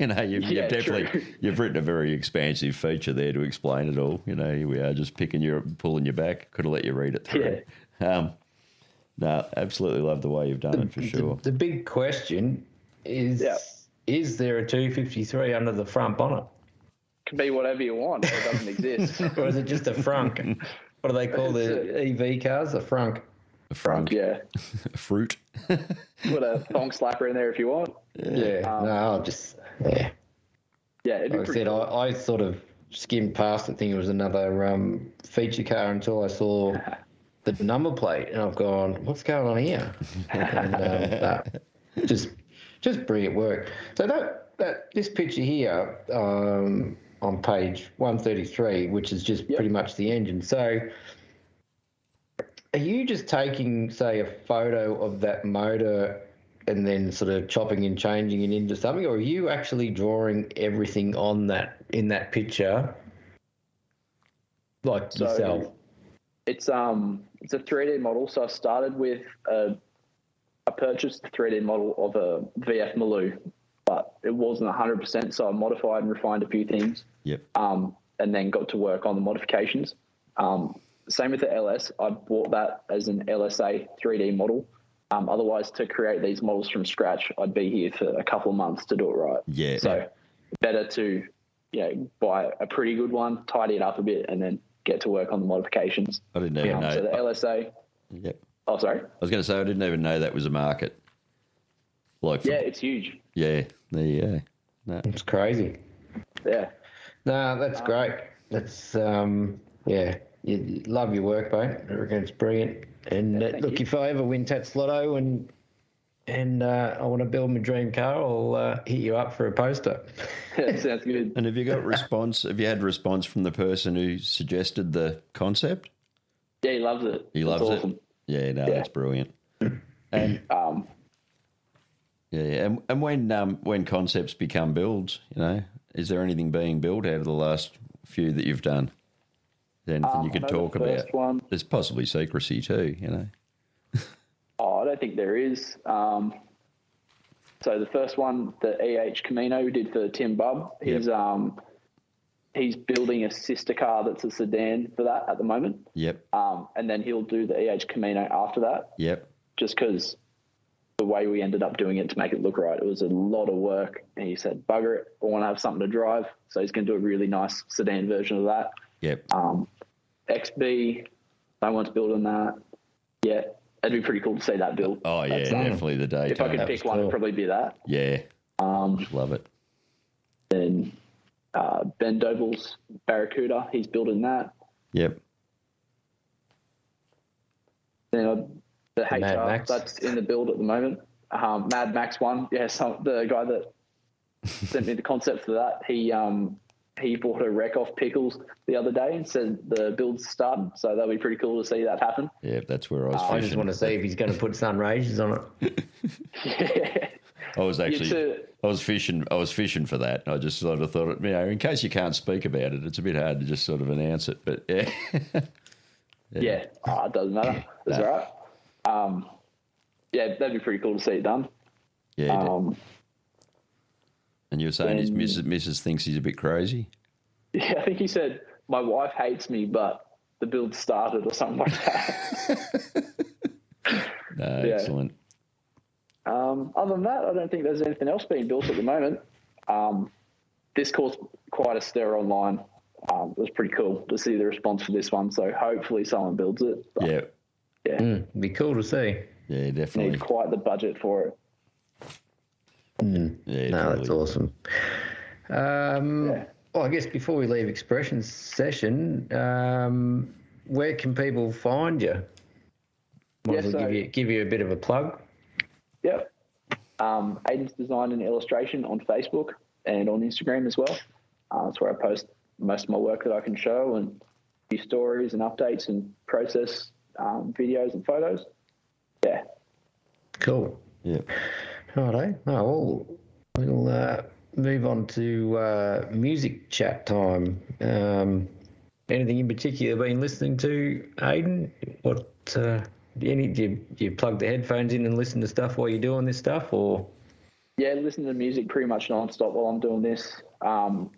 [SPEAKER 1] you know you've,
[SPEAKER 4] Yeah,
[SPEAKER 1] you've definitely
[SPEAKER 4] true.
[SPEAKER 1] you've written a very expansive feature there to explain it all. You know, here we are just picking you up, and pulling you back. Could have let you read it through. Um, no, absolutely love the way you've done it for sure.
[SPEAKER 2] The big question is:
[SPEAKER 4] Yeah.
[SPEAKER 2] Is there a 253 under the front bonnet,
[SPEAKER 4] Can be whatever you want. It doesn't exist.
[SPEAKER 2] or is it just a frunk? what do they call the EV cars? A frunk.
[SPEAKER 1] A frunk,
[SPEAKER 4] yeah.
[SPEAKER 1] a fruit.
[SPEAKER 4] Put a thong slapper in there if you want. Um,
[SPEAKER 2] Yeah. no, I'll just yeah.
[SPEAKER 4] Yeah. It'd be
[SPEAKER 2] Like I
[SPEAKER 4] pretty
[SPEAKER 2] said, I, I sort of skimmed past it thinking it was another um, feature car until I saw the number plate, and I've gone, "What's going on here?" and, um, nah, just, just brilliant work. So that that this picture here um, on page one thirty three, which is just
[SPEAKER 4] Yep.
[SPEAKER 2] pretty much the engine. So. Are you just taking, say, a photo of that motor and then sort of chopping and changing it into something, or are you actually drawing everything on that in that picture, like
[SPEAKER 4] So-
[SPEAKER 2] yourself?
[SPEAKER 4] It's um it's a 3D model. So I started with a I purchased a 3D model of a VF Maloo, but it wasn't 100%. So I modified and refined a few things,
[SPEAKER 1] Yep.
[SPEAKER 4] um, and then got to work on the modifications. Um, same with the LS. I bought that as an LSA 3D model. Um, otherwise, to create these models from scratch, I'd be here for a couple of months to do it right.
[SPEAKER 1] Yeah.
[SPEAKER 4] So better to you know, buy a pretty good one, tidy it up a bit, and then get to work on the modifications.
[SPEAKER 1] I didn't even
[SPEAKER 4] Um,
[SPEAKER 1] know.
[SPEAKER 4] So the LSA.
[SPEAKER 1] yep.
[SPEAKER 4] Oh, sorry.
[SPEAKER 1] I was going to say I didn't even know that was a market. Like, for,
[SPEAKER 4] Yeah,
[SPEAKER 1] yeah.
[SPEAKER 4] it's huge.
[SPEAKER 1] There you go. No.
[SPEAKER 2] It's crazy.
[SPEAKER 4] Yeah.
[SPEAKER 2] No,
[SPEAKER 4] Um,
[SPEAKER 2] that's great. That's um, yeah, you, you love your work, mate. I reckon it's brilliant. And uh,
[SPEAKER 4] thank
[SPEAKER 2] look,
[SPEAKER 4] you.
[SPEAKER 2] if I ever win Tats Lotto and and uh, I want to build my dream car, I'll uh, hit you up for a poster.
[SPEAKER 4] Sounds good.
[SPEAKER 1] And have you got response? Have you had response from the person who suggested the concept?
[SPEAKER 4] Yeah, he loves it.
[SPEAKER 1] He
[SPEAKER 4] It's
[SPEAKER 1] loves
[SPEAKER 4] awesome.
[SPEAKER 1] it. Yeah. No, that's brilliant. And
[SPEAKER 4] Um,
[SPEAKER 1] yeah, yeah. and and when um when concepts become builds, you know, is there anything being built out of the last few that you've done? Is there anything
[SPEAKER 4] um,
[SPEAKER 1] you
[SPEAKER 4] I
[SPEAKER 1] could
[SPEAKER 4] know
[SPEAKER 1] talk
[SPEAKER 4] the first
[SPEAKER 1] about?
[SPEAKER 4] One,
[SPEAKER 1] There's possibly secrecy too, you know.
[SPEAKER 4] oh, I don't think there is. Um, so the first one, the EH Camino, we did for Tim Bubb. He's
[SPEAKER 1] Yep.
[SPEAKER 4] um, he's building a sister car that's a sedan for that at the moment.
[SPEAKER 1] Yep.
[SPEAKER 4] Um, and then he'll do the EH Camino after that,
[SPEAKER 1] Yep.
[SPEAKER 4] just because the way we ended up doing it to make it look right, it was a lot of work. And he said, "Bugger it, I want to have something to drive." So he's going to do a really nice sedan version of that.
[SPEAKER 1] Yep.
[SPEAKER 4] Um, XB, no one's building that yet. It'd be pretty cool to see that build.
[SPEAKER 1] Oh yeah,
[SPEAKER 4] That's- um,
[SPEAKER 1] definitely the daytime.
[SPEAKER 4] If I could
[SPEAKER 2] That
[SPEAKER 4] pick
[SPEAKER 2] was
[SPEAKER 4] one,
[SPEAKER 2] cool.
[SPEAKER 4] it'd probably be that.
[SPEAKER 1] yeah,
[SPEAKER 4] Um,
[SPEAKER 1] love it.
[SPEAKER 4] then uh, Ben Doble's Barracuda, he's building that.
[SPEAKER 1] Yep.
[SPEAKER 4] Then uh, the HR
[SPEAKER 2] Mad Max.
[SPEAKER 4] that's in the build at the moment. Um, Mad Max one, yeah. So the guy that sent me the concept for that, he um, he bought a wreck off pickles the other day and said the build's started. So that'll be pretty cool to see that happen.
[SPEAKER 1] Yeah, that's where I
[SPEAKER 4] Uh,
[SPEAKER 1] was.
[SPEAKER 2] I
[SPEAKER 1] fishing.
[SPEAKER 2] just want to see if he's going to put sun rays on it.
[SPEAKER 1] I was actually.
[SPEAKER 4] too.
[SPEAKER 1] I was fishing. I was fishing for that. I just sort of thought, you know, in case you can't speak about it, it's a bit hard to just sort of announce it. But yeah,
[SPEAKER 4] Yeah, Ah, it doesn't matter. That's
[SPEAKER 1] Nah.
[SPEAKER 4] all right. Um, yeah, that'd be pretty cool to see it done.
[SPEAKER 1] yeah.
[SPEAKER 4] Um,
[SPEAKER 1] and you were saying his
[SPEAKER 4] then-
[SPEAKER 1] missus, missus thinks he's a bit crazy.
[SPEAKER 4] yeah, I think he said, "My wife hates me, but the build started" or something like that.
[SPEAKER 1] No,
[SPEAKER 4] Yeah.
[SPEAKER 1] excellent.
[SPEAKER 4] um, other than that, I don't think there's anything else being built at the moment. Um, this caused quite a stir online. Um, it was pretty cool to see the response for this one. So hopefully someone builds it. But
[SPEAKER 1] Yeah,
[SPEAKER 2] Be cool to see.
[SPEAKER 1] yeah,
[SPEAKER 4] Need
[SPEAKER 1] definitely.
[SPEAKER 4] quite the budget for it.
[SPEAKER 1] Yeah,
[SPEAKER 2] No, that's
[SPEAKER 1] definitely.
[SPEAKER 2] awesome. Um,
[SPEAKER 4] Yeah.
[SPEAKER 2] Well, I guess before we leave expressions session, um, where can people find you? Might as
[SPEAKER 4] Yes,
[SPEAKER 2] well
[SPEAKER 4] so-
[SPEAKER 2] give you give you a bit of a plug.
[SPEAKER 4] Yep. Um, Aiden's Design and Illustration on Facebook and on Instagram as well. Uh, that's where I post most of my work that I can show and a few stories and updates and process um, videos and photos. Yeah.
[SPEAKER 2] Cool.
[SPEAKER 1] Yeah,
[SPEAKER 2] Righto. Oh, well, we'll uh, move on to uh, music chat time. Um, anything in particular been listening to, Aiden? What? Uh, any? Do you, do you plug the headphones in and listen to stuff while you're doing this stuff, or?
[SPEAKER 4] Yeah, listen to music pretty much nonstop while I'm doing this. Um,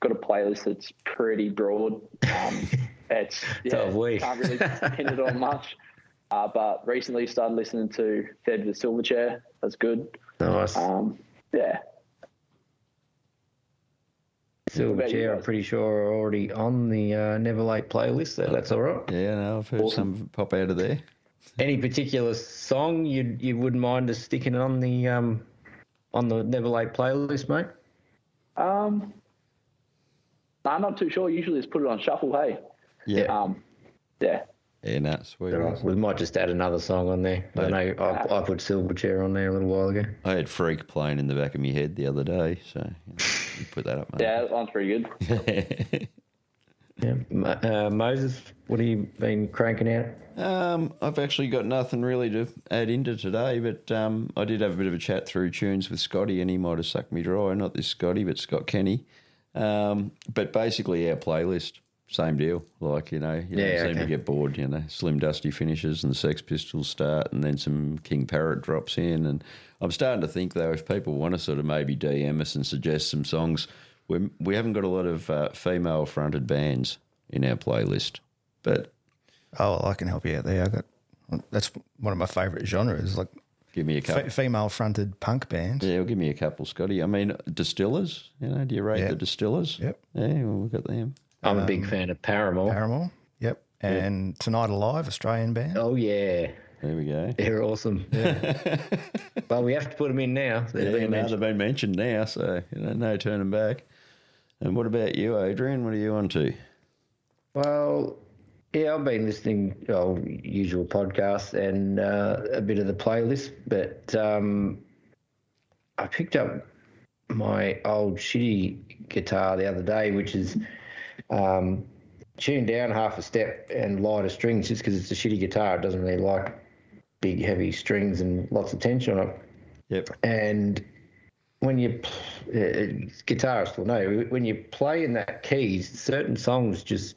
[SPEAKER 4] got a playlist that's pretty broad. Um, it's
[SPEAKER 2] So
[SPEAKER 4] yeah,
[SPEAKER 2] have we.
[SPEAKER 4] can't really pin it on much. Uh, but recently started listening to Fed the Silverchair. That's good.
[SPEAKER 2] Nice.
[SPEAKER 4] Um, yeah,
[SPEAKER 2] Silver
[SPEAKER 4] about you
[SPEAKER 2] Chair, I'm
[SPEAKER 4] guys?
[SPEAKER 2] pretty sure, are already on the uh, Never Late playlist, so that's all right.
[SPEAKER 1] yeah. No, I've heard some pop out of there.
[SPEAKER 2] Any particular song you you wouldn't mind us sticking on the um, on the Never Late playlist, mate?
[SPEAKER 4] Um, I'm not too sure. Usually, just put it on shuffle. Hey,
[SPEAKER 1] Yeah.
[SPEAKER 4] um, yeah,
[SPEAKER 1] Yeah, nah, sweet.
[SPEAKER 2] Right, We might just add another song on there. I know I, I put Silverchair on there a little while ago.
[SPEAKER 1] I had Freak playing in the back of my head the other day, so you, know, you put that up, mate.
[SPEAKER 4] yeah, that one's pretty good.
[SPEAKER 2] Yeah. Mo- Uh, Moses, what have you been cranking out?
[SPEAKER 1] Um, I've actually got nothing really to add into today, but um, I did have a bit of a chat through tunes with Scotty, and he might have sucked me dry. Not this Scotty, but Scott Kenny. Um, but basically, our playlist, same deal. Like you know, you don't
[SPEAKER 2] Yeah,
[SPEAKER 1] seem to
[SPEAKER 2] okay.
[SPEAKER 1] get bored. You know, Slim Dusty finishes, and the Sex Pistols start, and then some King Parrot drops in. And I'm starting to think though, if people want to sort of maybe DM us and suggest some songs, we we haven't got a lot of uh, female fronted bands in our playlist, but
[SPEAKER 3] Oh, I can help you out there. I got that's one of my favourite genres, like
[SPEAKER 1] give me a couple.
[SPEAKER 3] f- female-fronted punk bands.
[SPEAKER 1] Yeah, well, give me a couple, Scotty. I mean, distillers. You know, do you rate
[SPEAKER 3] Yeah.
[SPEAKER 1] the distillers?
[SPEAKER 3] Yep.
[SPEAKER 1] Yeah, well, we've got them.
[SPEAKER 2] I'm a big fan of Paramore.
[SPEAKER 3] Paramore. Yep. And Tonight Alive, Australian band.
[SPEAKER 2] oh, yeah.
[SPEAKER 1] There we go.
[SPEAKER 2] They're awesome. well, we have to put them in now. They've
[SPEAKER 1] Yeah,
[SPEAKER 2] been
[SPEAKER 1] now
[SPEAKER 2] mentioned.
[SPEAKER 1] they've been mentioned now, so you know, no turning back. And what about you, Adrian? What are you on to?
[SPEAKER 2] Well, yeah, I've been listening oh, usual podcasts and uh, a bit of the playlist, but um, I picked up my old shitty guitar the other day, which is um, tuned down half a step and lighter strings, just because it's a shitty guitar. It doesn't really like big, heavy strings and lots of tension on it
[SPEAKER 1] Yep.
[SPEAKER 2] and when you p- uh, guitarists will know when you play in that keys certain songs just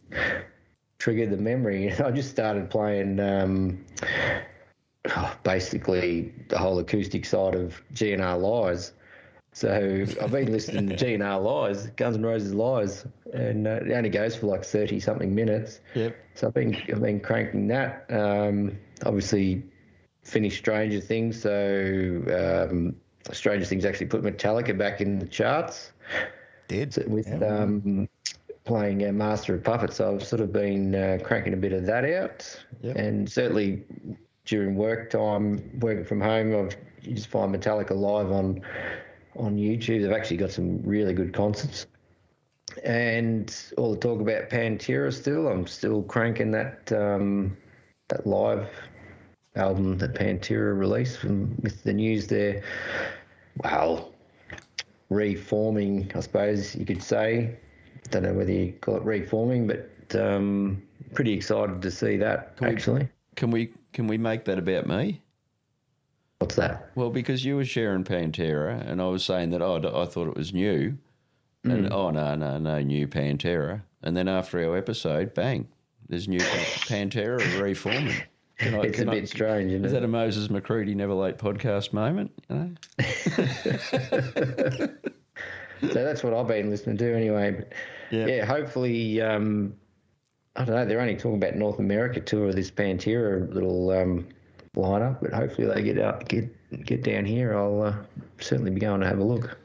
[SPEAKER 2] trigger the memory and i just started playing um oh, basically the whole acoustic side of gnr lies so i've been listening to gnr lies guns N' roses lies and uh, it only goes for like 30 something minutes
[SPEAKER 1] Yep.
[SPEAKER 2] so I've been I've been cranking that. Um, obviously, finished Stranger Things. So um, Stranger Things actually put Metallica back in the charts
[SPEAKER 3] Dead.
[SPEAKER 2] with um, playing uh, Master of Puppets. So I've sort of been uh, cranking a bit of that out,
[SPEAKER 1] Yep.
[SPEAKER 2] and certainly during work time, working from home, I've you just find Metallica live on on YouTube. They've actually got some really good concerts. And all the talk about Pantera still, I'm still cranking that um, that live album that Pantera released from, with the news there. Well, reforming, I suppose you could say. Don't know whether you call it reforming, but um, pretty excited to see that actually.
[SPEAKER 1] Can we can we make that about me?
[SPEAKER 2] What's that?
[SPEAKER 1] Well, because you were sharing Pantera, and I was saying that oh, I thought it was new, and
[SPEAKER 3] Mm.
[SPEAKER 1] oh no no no new Pantera, and then after our episode, bang, there's new Pantera reforming. Can I-
[SPEAKER 2] It's a
[SPEAKER 1] can I-
[SPEAKER 2] bit strange, isn't
[SPEAKER 1] Is
[SPEAKER 2] it?
[SPEAKER 1] that a Moses McCready never late podcast moment? You know?
[SPEAKER 2] so that's what I've been listening to anyway. But
[SPEAKER 1] Yeah.
[SPEAKER 2] yeah. hopefully, um, I don't know. They're only talking about North America tour of this Pantera little um, lineup, but hopefully they get out, get get down here. I'll uh, certainly be going to have a look.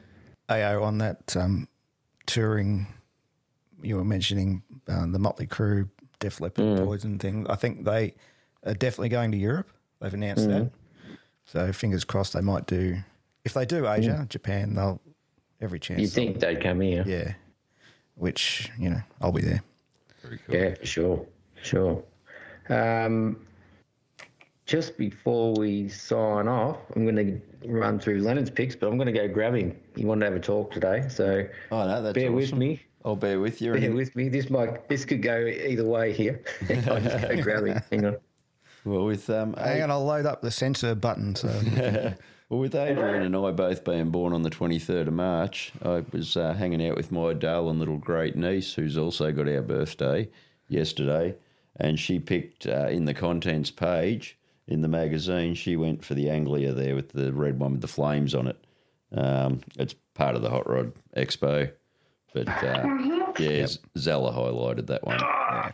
[SPEAKER 3] AO on that um, touring you were mentioning uh, the Motley Crue, Def Leppard,
[SPEAKER 2] Mm.
[SPEAKER 3] Poison thing. I think they are definitely going to Europe. They've announced
[SPEAKER 2] Mm.
[SPEAKER 3] that. So fingers crossed they might do. If they do Asia,
[SPEAKER 2] Mm.
[SPEAKER 3] Japan, they'll every chance.
[SPEAKER 2] You'd think they'd come here?
[SPEAKER 3] they'll- yeah. Which you know, I'll be there.
[SPEAKER 2] Yeah, sure, sure. Um, just before we sign off, I'm going to run through Leonard's picks, but I'm going to go grab him. He wanted to have a talk today, so
[SPEAKER 1] Oh no, that's
[SPEAKER 2] bear
[SPEAKER 1] awesome.
[SPEAKER 2] with me.
[SPEAKER 1] I'll bear with you.
[SPEAKER 2] Bear
[SPEAKER 1] and-
[SPEAKER 2] with me. This might this could go either way here. I'll just go grab him. Hang on.
[SPEAKER 1] well, with um,
[SPEAKER 3] Hang on, I'll load up the censor button. So
[SPEAKER 1] well, with Adrian and I both being born on the twenty third of March, I was uh, hanging out with my darling little great niece, who's also got our birthday yesterday, and she picked uh, in the contents page in the magazine. She went for the Anglia there with the red one with the flames on it. Um, it's part of the Hot Rod Expo, but uh, yeah, Zella highlighted that one.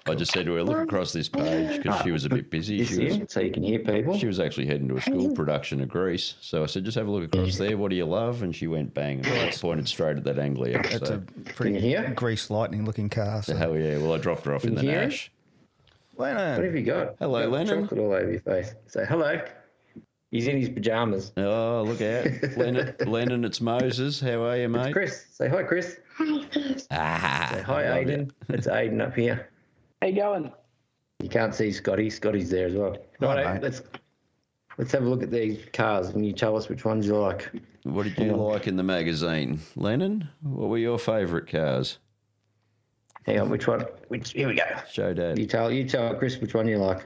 [SPEAKER 1] I just said to her, look across this page because she was a bit busy.
[SPEAKER 2] This
[SPEAKER 1] She was
[SPEAKER 2] here, so you can hear people.
[SPEAKER 1] she was actually heading to a school production of Greece. So I said, just have a look across there. What do you love? And she went bang and I pointed straight at that Anglia.
[SPEAKER 3] it's a
[SPEAKER 1] So,
[SPEAKER 3] pretty
[SPEAKER 2] hear?
[SPEAKER 3] grease lightning looking car. So.
[SPEAKER 1] hell yeah. Well, I dropped her off in the
[SPEAKER 2] Can you hear?
[SPEAKER 1] Nash.
[SPEAKER 2] What
[SPEAKER 3] Lennon,
[SPEAKER 2] have you got?
[SPEAKER 1] Hello,
[SPEAKER 2] You've got
[SPEAKER 1] Lennon.
[SPEAKER 2] Chocolate all over your face. Say hello. He's in his pajamas.
[SPEAKER 1] Oh, look out. Lennon, Lennon, it's Moses. How are you, mate?
[SPEAKER 2] Chris, say hi, Chris.
[SPEAKER 1] Ah,
[SPEAKER 2] Say hi,
[SPEAKER 1] I love
[SPEAKER 2] Aiden. It's Aiden up here.
[SPEAKER 4] How you going?
[SPEAKER 2] You can't see Scotty. Scotty's there as well. Right,
[SPEAKER 3] mate.
[SPEAKER 2] let's let's have a look at these cars and you tell us which ones you like.
[SPEAKER 1] it. What did you like in the magazine? Lennon, what were your favourite cars?
[SPEAKER 2] Hang on, which one? Which here we go.
[SPEAKER 1] Show
[SPEAKER 2] You
[SPEAKER 1] Dad.
[SPEAKER 2] tell you tell Chris which one you like.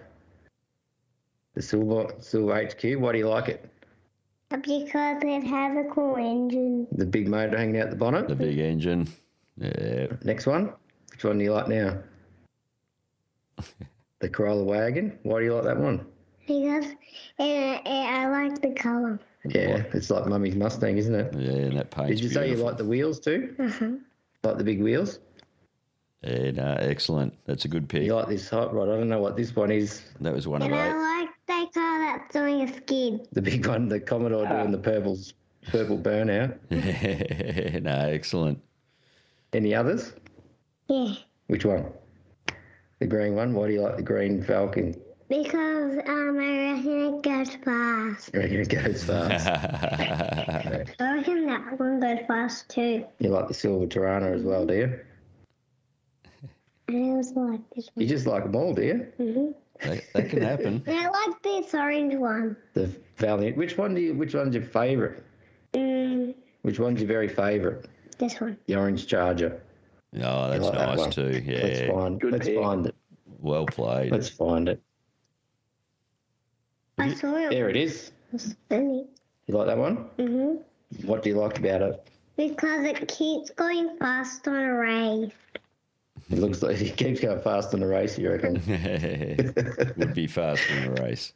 [SPEAKER 2] The silver silver HQ. Why do you like it?
[SPEAKER 5] Because it has a cool engine.
[SPEAKER 2] The big motor hanging out the bonnet.
[SPEAKER 1] The big engine. Yeah.
[SPEAKER 2] Next one. Which one do you like now? the Corolla wagon. Why do you like that one?
[SPEAKER 5] Because it, it, I like the color.
[SPEAKER 2] Yeah, it's like Mummy's Mustang, isn't it?
[SPEAKER 1] Yeah, and that paint's
[SPEAKER 2] Did you say you
[SPEAKER 1] beautiful.
[SPEAKER 2] like the wheels too? Like the big wheels.
[SPEAKER 1] Yeah, no, excellent. That's a good pick.
[SPEAKER 2] You like this hot rod? I don't know what this one is.
[SPEAKER 1] That was one of
[SPEAKER 5] And
[SPEAKER 1] eight.
[SPEAKER 5] I like that car that's doing a skid.
[SPEAKER 2] The big one, the Commodore doing the purples, purple burnout.
[SPEAKER 1] Yeah, no, excellent.
[SPEAKER 2] Any others?
[SPEAKER 5] Yeah.
[SPEAKER 2] Which one? The green one. Why do you like the green Falcon?
[SPEAKER 5] Because um, I reckon it goes fast.
[SPEAKER 2] You reckon it goes fast.
[SPEAKER 5] I reckon that one goes fast too.
[SPEAKER 2] you like the silver Tirana as well, do you?
[SPEAKER 5] And I also like this
[SPEAKER 2] You
[SPEAKER 5] one.
[SPEAKER 2] just like them all, do you?
[SPEAKER 1] that, that can happen.
[SPEAKER 5] And I like this orange one.
[SPEAKER 2] The Valiant. Which one do you? Which one's your favourite?
[SPEAKER 5] Mm,
[SPEAKER 2] Which one's your very favourite?
[SPEAKER 5] this one.
[SPEAKER 2] The orange Charger.
[SPEAKER 1] Oh, that's
[SPEAKER 2] like that
[SPEAKER 1] nice
[SPEAKER 2] one.
[SPEAKER 1] too.
[SPEAKER 2] Let's
[SPEAKER 1] Yeah,
[SPEAKER 2] find.
[SPEAKER 4] Good
[SPEAKER 2] let's
[SPEAKER 4] pick.
[SPEAKER 2] find it.
[SPEAKER 1] well played.
[SPEAKER 2] Let's find it.
[SPEAKER 5] I saw it
[SPEAKER 2] There it is.
[SPEAKER 5] was spinning.
[SPEAKER 2] You like that one?
[SPEAKER 5] hmm
[SPEAKER 4] Mm-hmm.
[SPEAKER 2] What do you like about it?
[SPEAKER 5] Because it keeps going fast on a race.
[SPEAKER 2] It looks like it keeps going fast in the race. You reckon?
[SPEAKER 1] Would be fast in a race.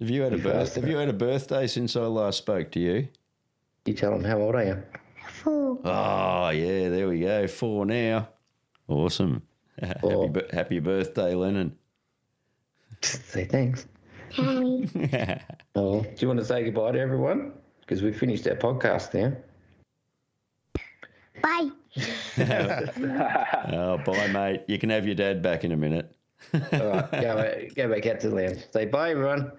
[SPEAKER 1] Have you had a birth?
[SPEAKER 2] fast in
[SPEAKER 1] Have you had a birthday since I last spoke to you?
[SPEAKER 2] You tell them how old I am.
[SPEAKER 5] Four.
[SPEAKER 1] Oh yeah, there we go. Four now. Awesome. Happy,
[SPEAKER 2] Four.
[SPEAKER 1] bir- happy birthday, Lennon.
[SPEAKER 2] Just say thanks.
[SPEAKER 5] Hey.
[SPEAKER 2] Oh, do you want to say goodbye to everyone? Because we finished our podcast now.
[SPEAKER 5] Bye.
[SPEAKER 1] oh, bye, mate. You can have your dad back in a minute.
[SPEAKER 2] All right, go, back- go back out to the lounge. Say bye, everyone.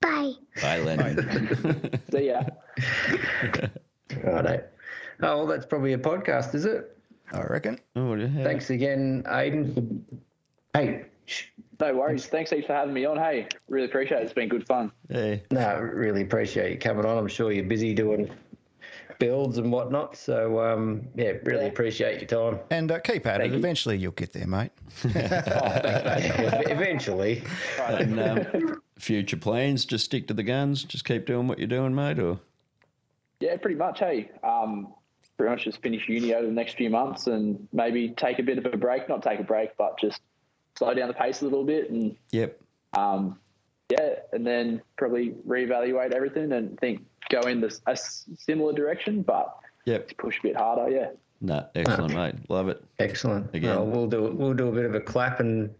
[SPEAKER 5] Bye.
[SPEAKER 1] Bye, Lennon.
[SPEAKER 4] See ya.
[SPEAKER 2] Righto. Oh, well, that's probably a podcast, is it?
[SPEAKER 3] I reckon.
[SPEAKER 1] Oh, yeah.
[SPEAKER 2] Thanks again, Aiden. for- Hey, shh.
[SPEAKER 4] No worries. Thanks heaps for having me on. Hey, really appreciate it. It's been good fun.
[SPEAKER 1] Yeah.
[SPEAKER 2] no, really appreciate you coming on. I'm sure you're busy doing builds and whatnot. So, um, yeah, really appreciate your time.
[SPEAKER 3] And uh, keep at it. Eventually, you'll get there, mate.
[SPEAKER 2] Eventually,
[SPEAKER 1] And um, future plans, just stick to the guns, just keep doing what you're doing, mate, or
[SPEAKER 4] Yeah, pretty much. Hey, um, pretty much just finish uni over the next few months and maybe take a bit of a break. Not take a break, but just slow down the pace a little bit and
[SPEAKER 1] Yep.
[SPEAKER 4] um, yeah, and then probably reevaluate everything and think go in this a s- similar direction, but
[SPEAKER 1] Yep.
[SPEAKER 4] push a bit harder. Yeah.
[SPEAKER 1] No, excellent, mate. Love it.
[SPEAKER 2] excellent.
[SPEAKER 1] Again.
[SPEAKER 2] Oh, we'll do we'll do a bit of a clap and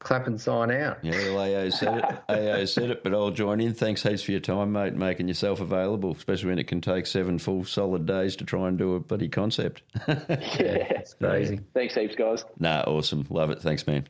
[SPEAKER 2] clap and sign out.
[SPEAKER 1] Yeah, well, AO said it. AO said it, but I'll join in. Thanks heaps for your time, mate, making yourself available, especially when it can take seven full solid days to try and do a bloody concept.
[SPEAKER 2] Yeah, it's crazy.
[SPEAKER 4] Thanks heaps, guys.
[SPEAKER 1] nah, awesome. Love it. Thanks, man.